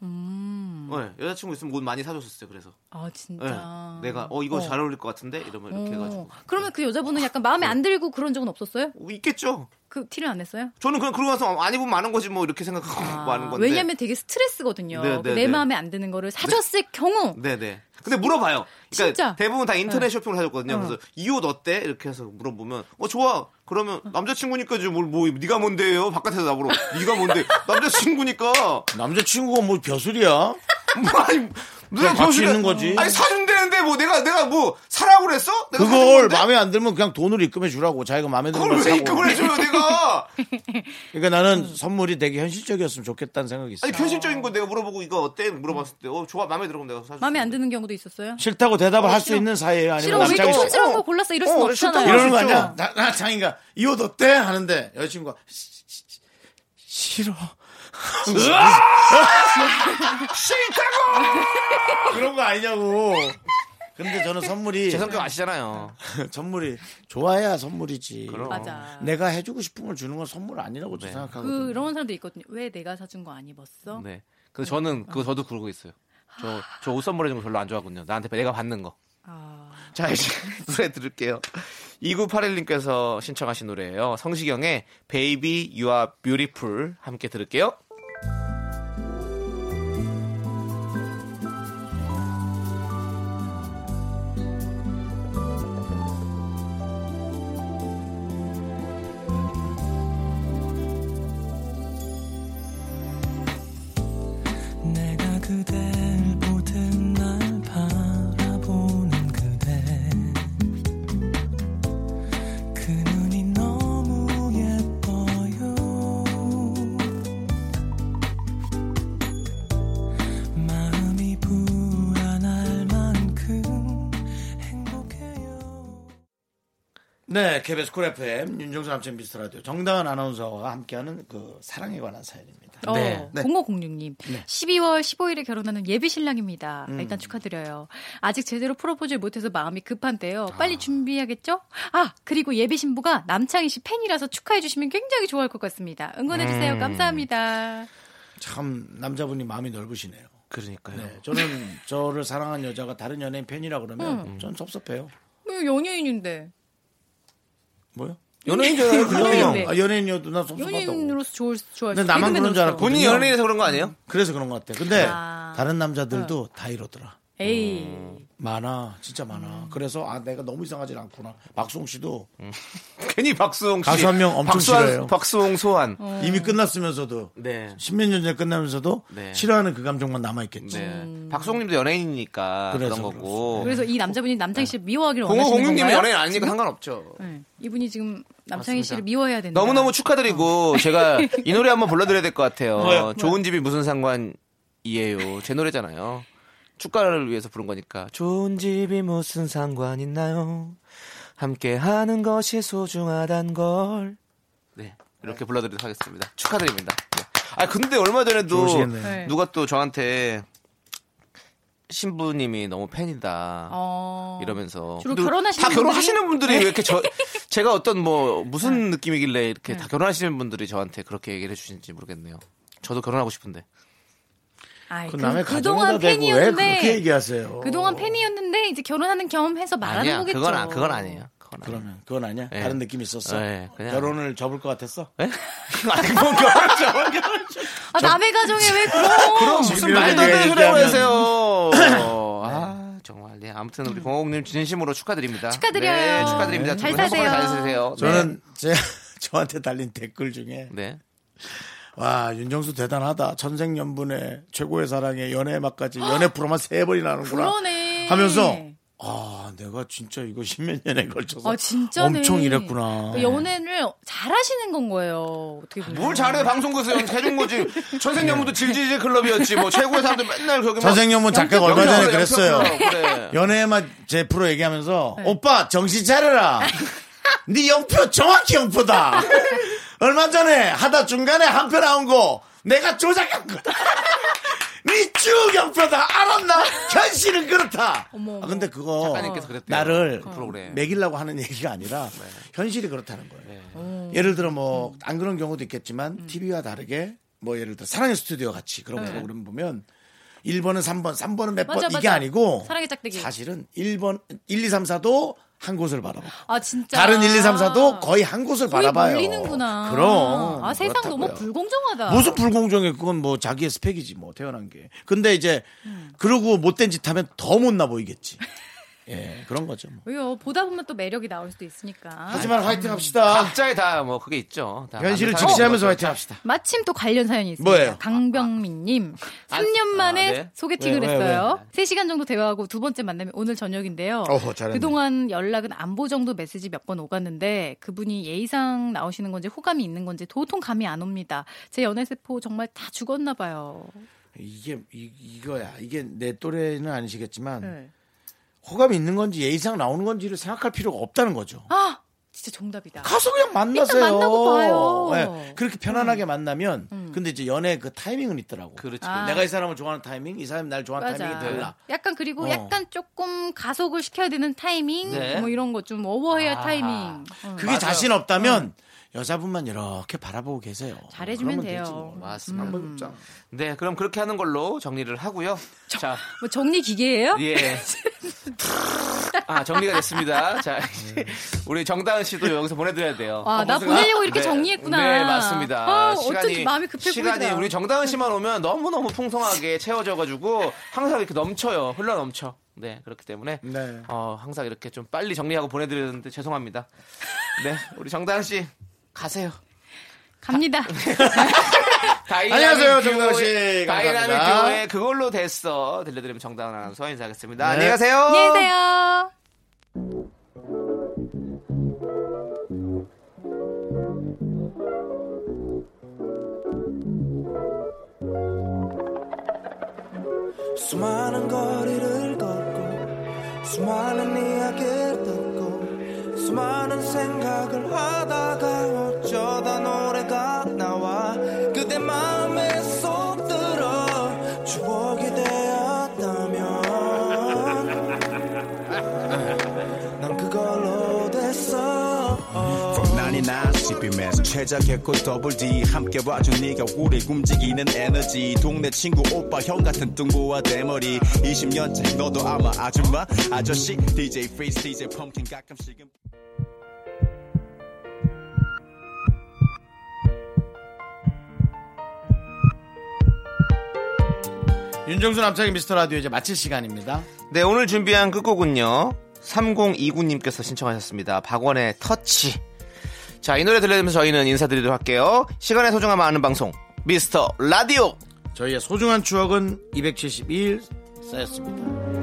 네, 여자친구 있으면 옷 많이 사줬었어요. 그래서 아 네. 음. 진짜. 내가 어 이거 잘 어울릴 것 같은데 이러면 이렇게 어. 해가지고 네. 그러면 그 여자분은 약간 마음에 안 들고 그런 적은 없었어요? 어, 있겠죠. 그 티를 안 냈어요? 저는 그냥 그러고 나서 안 입으면 많은 거지 뭐 이렇게 생각하고 (laughs) 많은 건데. 아. 왜냐면 되게 스트레스거든요. 그 네, 네, 내 네. 마음에 안 드는 거를 사줬을 경우 네네. 근데 물어봐요. 그러니까 진짜? 네. 대부분 다 인터넷 쇼핑을 하셨거든요. 그래서 이 옷 어때? 이렇게 해서 물어보면 어 좋아. 그러면 남자친구니까 지금 뭘, 뭐 네가 뭔데요? 바깥에서 나보러 네가 뭔데? (laughs) 남자친구니까 남자친구가 뭐 벼슬이야? 뭐 아니 그냥 무슨 같이 병신이야. 있는 거지. 아니 사준대는데 뭐 내가 내가 뭐 사라고 그랬어? 내가 그걸 사준 건데? 마음에 안 들면 그냥 돈을 입금해 주라고. 자기가 마음에 드는 걸 그걸 왜 사고. 입금을 (laughs) 해줘요 내가? 그러니까 나는 음. 선물이 되게 현실적이었으면 좋겠다는 생각이 있어. 아니 현실적인 거 내가 물어보고 이거 어때? 물어봤을 때 어 좋아 마음에 들어 그럼 내가 사줄 마음에 안 건데. 드는 경우도 있었어요? 싫다고 대답을 할 수 싫어. 있는 사이에요? 아니면 싫어 왜 이렇게 남자친구 촌스러운 거 골랐어 이럴 순 어, 없잖아요. 이러는 거 진짜. 아니야? 나, 나 장인가 이 옷 어때? 하는데 여자친구가 시- 시- 시- 싫어. 싫다고. (laughs) 그런 거 아니냐고. 근데 저는 선물이 제 성격 아시잖아요. (laughs) 선물이 좋아야 선물이지. 맞아. 어. 네. 내가 해주고 싶은 걸 주는 건 선물 아니라고 저 생각하거든. 그런 사람도 있거든요. 왜 내가 사준 거 안 입었어? 네. 근데 저는 그거 저도 그러고 있어요. 저 저 옷 선물해준 거 별로 안 좋아하거든요. 나한테 내가 받는 거. 아, 자 이제 (laughs) 노래 들을게요. 2981님께서 신청하신 노래예요. 성시경의 Baby You Are Beautiful 함께 들을게요. 내가 그댈 보듯 날 바라보는 그대 그 눈이 너무 예뻐요 마음이 불안할 만큼 행복해요 네, KBS 쿨 FM 윤정수 남친 미스터 라디오 정다은 아나운서와 함께하는 그 사랑에 관한 사연입니다. 어, 네. 네. 음. 0506님. 12월 15일에 결혼하는 예비 신랑입니다. 일단 축하드려요. 아직 제대로 프로포즈를 못해서 마음이 급한데요. 아. 빨리 준비해야겠죠? 아, 그리고 예비 신부가 남창희 씨 팬이라서 축하해주시면 굉장히 좋아할 것 같습니다. 음. 응원해주세요. 감사합니다. 참 남자분이 마음이 넓으시네요. 그러니까요. 네, 저는 저를 사랑하는 여자가 다른 연예인 팬이라 그러면 음. 전 섭섭해요. 뭐, 연예인인데. 뭐요? 연예인이잖아요. 연예인인데. 아, 연예인이어도 나 섭섭하다고. 연예인으로서 좋을, 좋아할 근데 나만 그런 줄 알았고. 본인이 그냥- 연예인에서 그런 거 아니에요? 그래서 그런 것 같아. 근데 아. 다른 남자들도 다 이러더라. 에이. 음. 많아, 진짜 많아. 음. 그래서 아 내가 너무 이상하진 않구나. 박수홍 씨도 괜히 박수홍 씨. 가수 한명 엄청 박수환- 싫어해요. 박수홍 소환. 이미 끝났으면서도 네. 십몇 년 전에 끝나면서도 네. 싫어하는 그 감정만 남아 있겠지. 네. 박수홍님도 연예인이니까 그런 그래서 거고. 그래서 이 남자분이 남창희 씨를 미워하기를 원하시는 공공공님이 건가요? 연예인 아니니까 상관없죠. 네. 이분이 지금 남창희 맞습니다. 씨를 미워해야 된다. 너무너무 축하드리고 제가 이 노래 한번 불러드려야 될 것 같아요. (laughs) 뭐요? 좋은 집이 무슨 상관이에요. 제 노래잖아요. 축가를 위해서 부른 거니까. 좋은 집이 무슨 상관 있나요? 함께 하는 것이 소중하단 걸. 네. 이렇게 불러드리도록 하겠습니다. 축하드립니다. 네. 아, 근데 얼마 전에도 좋으시겠네요. 네. 누가 또 저한테 신부님이 너무 팬이다. 어... 이러면서 주로 근데 결혼하시는 다 분들이- 결혼하시는 분들이 왜 이렇게 (laughs) 저 제가 어떤 뭐 무슨 느낌이길래 이렇게 다 결혼하시는 분들이 저한테 그렇게 얘기를 해주시는지 모르겠네요. 저도 결혼하고 싶은데 아이, 그 남의 그, 동안 가정에다 그동안 대고 왜 그렇게 팬이었는데 얘기하세요? 그동안 팬이었는데 이제 결혼하는 경험해서 말하는 아니야 거겠죠. 그건 아, 그건 아니에요. 그건 아니에요. 그러면 그건 아니야? 예. 다른 느낌 있었어? 예, 그냥- 결혼을 접을 것 같았어? (laughs) 뭐 예? 아니 뭔 결혼 저런 결혼 아, 남의 가정에 왜 그럼? (laughs) 그럼 무슨 말도 안 되는 얘기하면- 소리라고 하세요. (laughs) 어, 아 정말 네 아무튼 우리 공옥님 진심으로 축하드립니다. 축하드려요. 네, 축하드립니다. 잘 두분 행복하게 사세요. 잘 사세요. 저는 네. (laughs) 제 저한테 달린 댓글 중에 네. 와 윤정수 대단하다 천생연분의 최고의 사랑에 연애 막까지 연애 프로만 세 번이나 하는구나 그러네. 하면서 아 내가 진짜 이거 십몇 년에 걸쳐서 아 진짜네. 엄청 이랬구나 그 연애를 잘하시는 건 거예요. 어떻게 보면. 뭘 잘해 방송국에서 해준 (laughs) 거지 천생연분도 질질질 클럽이었지 뭐 최고의 사람들 맨날 거기 막 천생연분 작가가 얼마 전에 영평, 그랬어요 영평, 그래. 연애만 제 프로 얘기하면서 네. 오빠 정신 (laughs) 차려라. 네 영표 정확히 영표다. 얼마 전에 하다 중간에 한 표 나온 거 내가 조작한 (laughs) 거다. 네쭉 영표다. (laughs) 알았나? 현실은 그렇다. 어머, 어머. 아, 근데 그거 작가님께서 그랬대요. 나를 그 프로그램. 네. 매기려고 하는 얘기가 아니라 현실이 그렇다는 거예요. 음. 예를 들어 뭐 안 그런 경우도 있겠지만 TV와 다르게 뭐 예를 들어 사랑의 스튜디오 같이 그런 프로그램 보면 1번은 3번, 3번은 몇 번 네. 맞아, 이게 맞아. 아니고 사랑의 짝대기. 사실은 1번 1, 2, 3, 4도 한 곳을 바라봐. 아 진짜. 다른 1, 2, 3, 4도 거의 한 곳을 거의 바라봐요. 몰리는구나. 그럼. 아 세상 너무 그렇다고요. 불공정하다. 무슨 불공정해 그건 뭐 자기의 스펙이지 뭐 태어난 게. 근데 이제 음. 그러고 못된 짓 하면 더 못나 보이겠지. 예, 그런 거죠. 뭐. 왜요? 보다 보면 또 매력이 나올 수도 있으니까. 하지만 화이팅 합시다. 각자의 다 뭐 그게 있죠. 다 아. 현실을 남의 직시하면서 사람 화이팅 합시다. 마침 또 관련 사연이 있습니다. 뭐예요? 강병민님. 아, 3년 아, 만에 네? 소개팅을 왜, 왜, 했어요. 3시간 정도 대화하고 두 번째 만남이 오늘 저녁인데요. 네, 어허, 잘했네. 그동안 연락은 안보 정도 메시지 몇 번 오갔는데 그분이 예의상 나오시는 건지 호감이 있는 건지 도통 감이 안 옵니다. 제 연애세포 정말 다 죽었나 봐요. 음. 이게 이, 이거야. 이게 내 또래는 아니시겠지만 네. 호감이 있는 건지 예의상 나오는 건지를 생각할 필요가 없다는 거죠. 아! 진짜 정답이다. 가서 그냥 만나세요. 일단 만나고 봐요. 음. 예, 그렇게 편안하게 만나면 근데 이제 연애 그 타이밍은 있더라고. 그렇지. 아. 내가 이 사람을 좋아하는 타이밍, 이 사람이 날 좋아하는 타이밍이 달라. 약간 그리고 어. 약간 조금 가속을 시켜야 되는 타이밍 네. 뭐 이런 거 좀 오버해야 아하. 타이밍. 어. 그게 자신 없다면 여자분만 이렇게 바라보고 계세요. 음. 잘해주면 그러면 되지 돼요. 뭐. 맞습니다. 방법이 없잖아. 네, 그럼 그렇게 하는 걸로 정리를 하고요. 자, 뭐 정리 기계예요? (laughs) 예. 아, 정리가 됐습니다. 자, 이제 우리 정다은 씨도 여기서 보내드려야 돼요. 와, 음. 아, 나 보내려고 이렇게 네, 정리했구나. 네, 맞습니다. 아, 어쩐지 마음이 급해 시간이 보이더라. 우리 정다은 씨만 오면 너무너무 풍성하게 채워져가지고 항상 이렇게 넘쳐요. 흘러 넘쳐. 네, 그렇기 때문에 네. 어, 항상 이렇게 좀 빨리 정리하고 보내드리는데 죄송합니다. 네, 우리 정다은 씨 가세요. 갑니다. 다이나믹 안녕하세요, 듀오의- 정다은 씨. 다이나믹 감사합니다. 듀오의 그걸로 됐어 들려드리면 정다은 아나운서 인사하겠습니다. 네. 안녕히 가세요. 안녕히 계세요. 수많은 거리를 걷고 수많은 이야기를 듣고 수많은 생각을 하다가 어쩌다 노래가 나와 그대 마음에 쏙 들어 추억이 되었다면 네, 난 그걸로 됐어 From 99 CPMS 최적했고 더블 D 함께 봐준 네가 우리 움직이는 에너지 동네 친구 오빠 형 같은 뚱보와 대머리 20년째 너도 아마 아줌마 아저씨 DJ 프리스 DJ 펌킨 가끔씩은 윤정수 남창의 미스터 라디오 이제 마칠 시간입니다. 네, 오늘 준비한 끝곡은요. 3029님께서 신청하셨습니다. 박원의 터치. 자, 이 노래 들려드리면서 저희는 인사드리도록 할게요. 시간의 소중함 아는 방송, 미스터 라디오! 저희의 소중한 추억은 272일 쌓였습니다.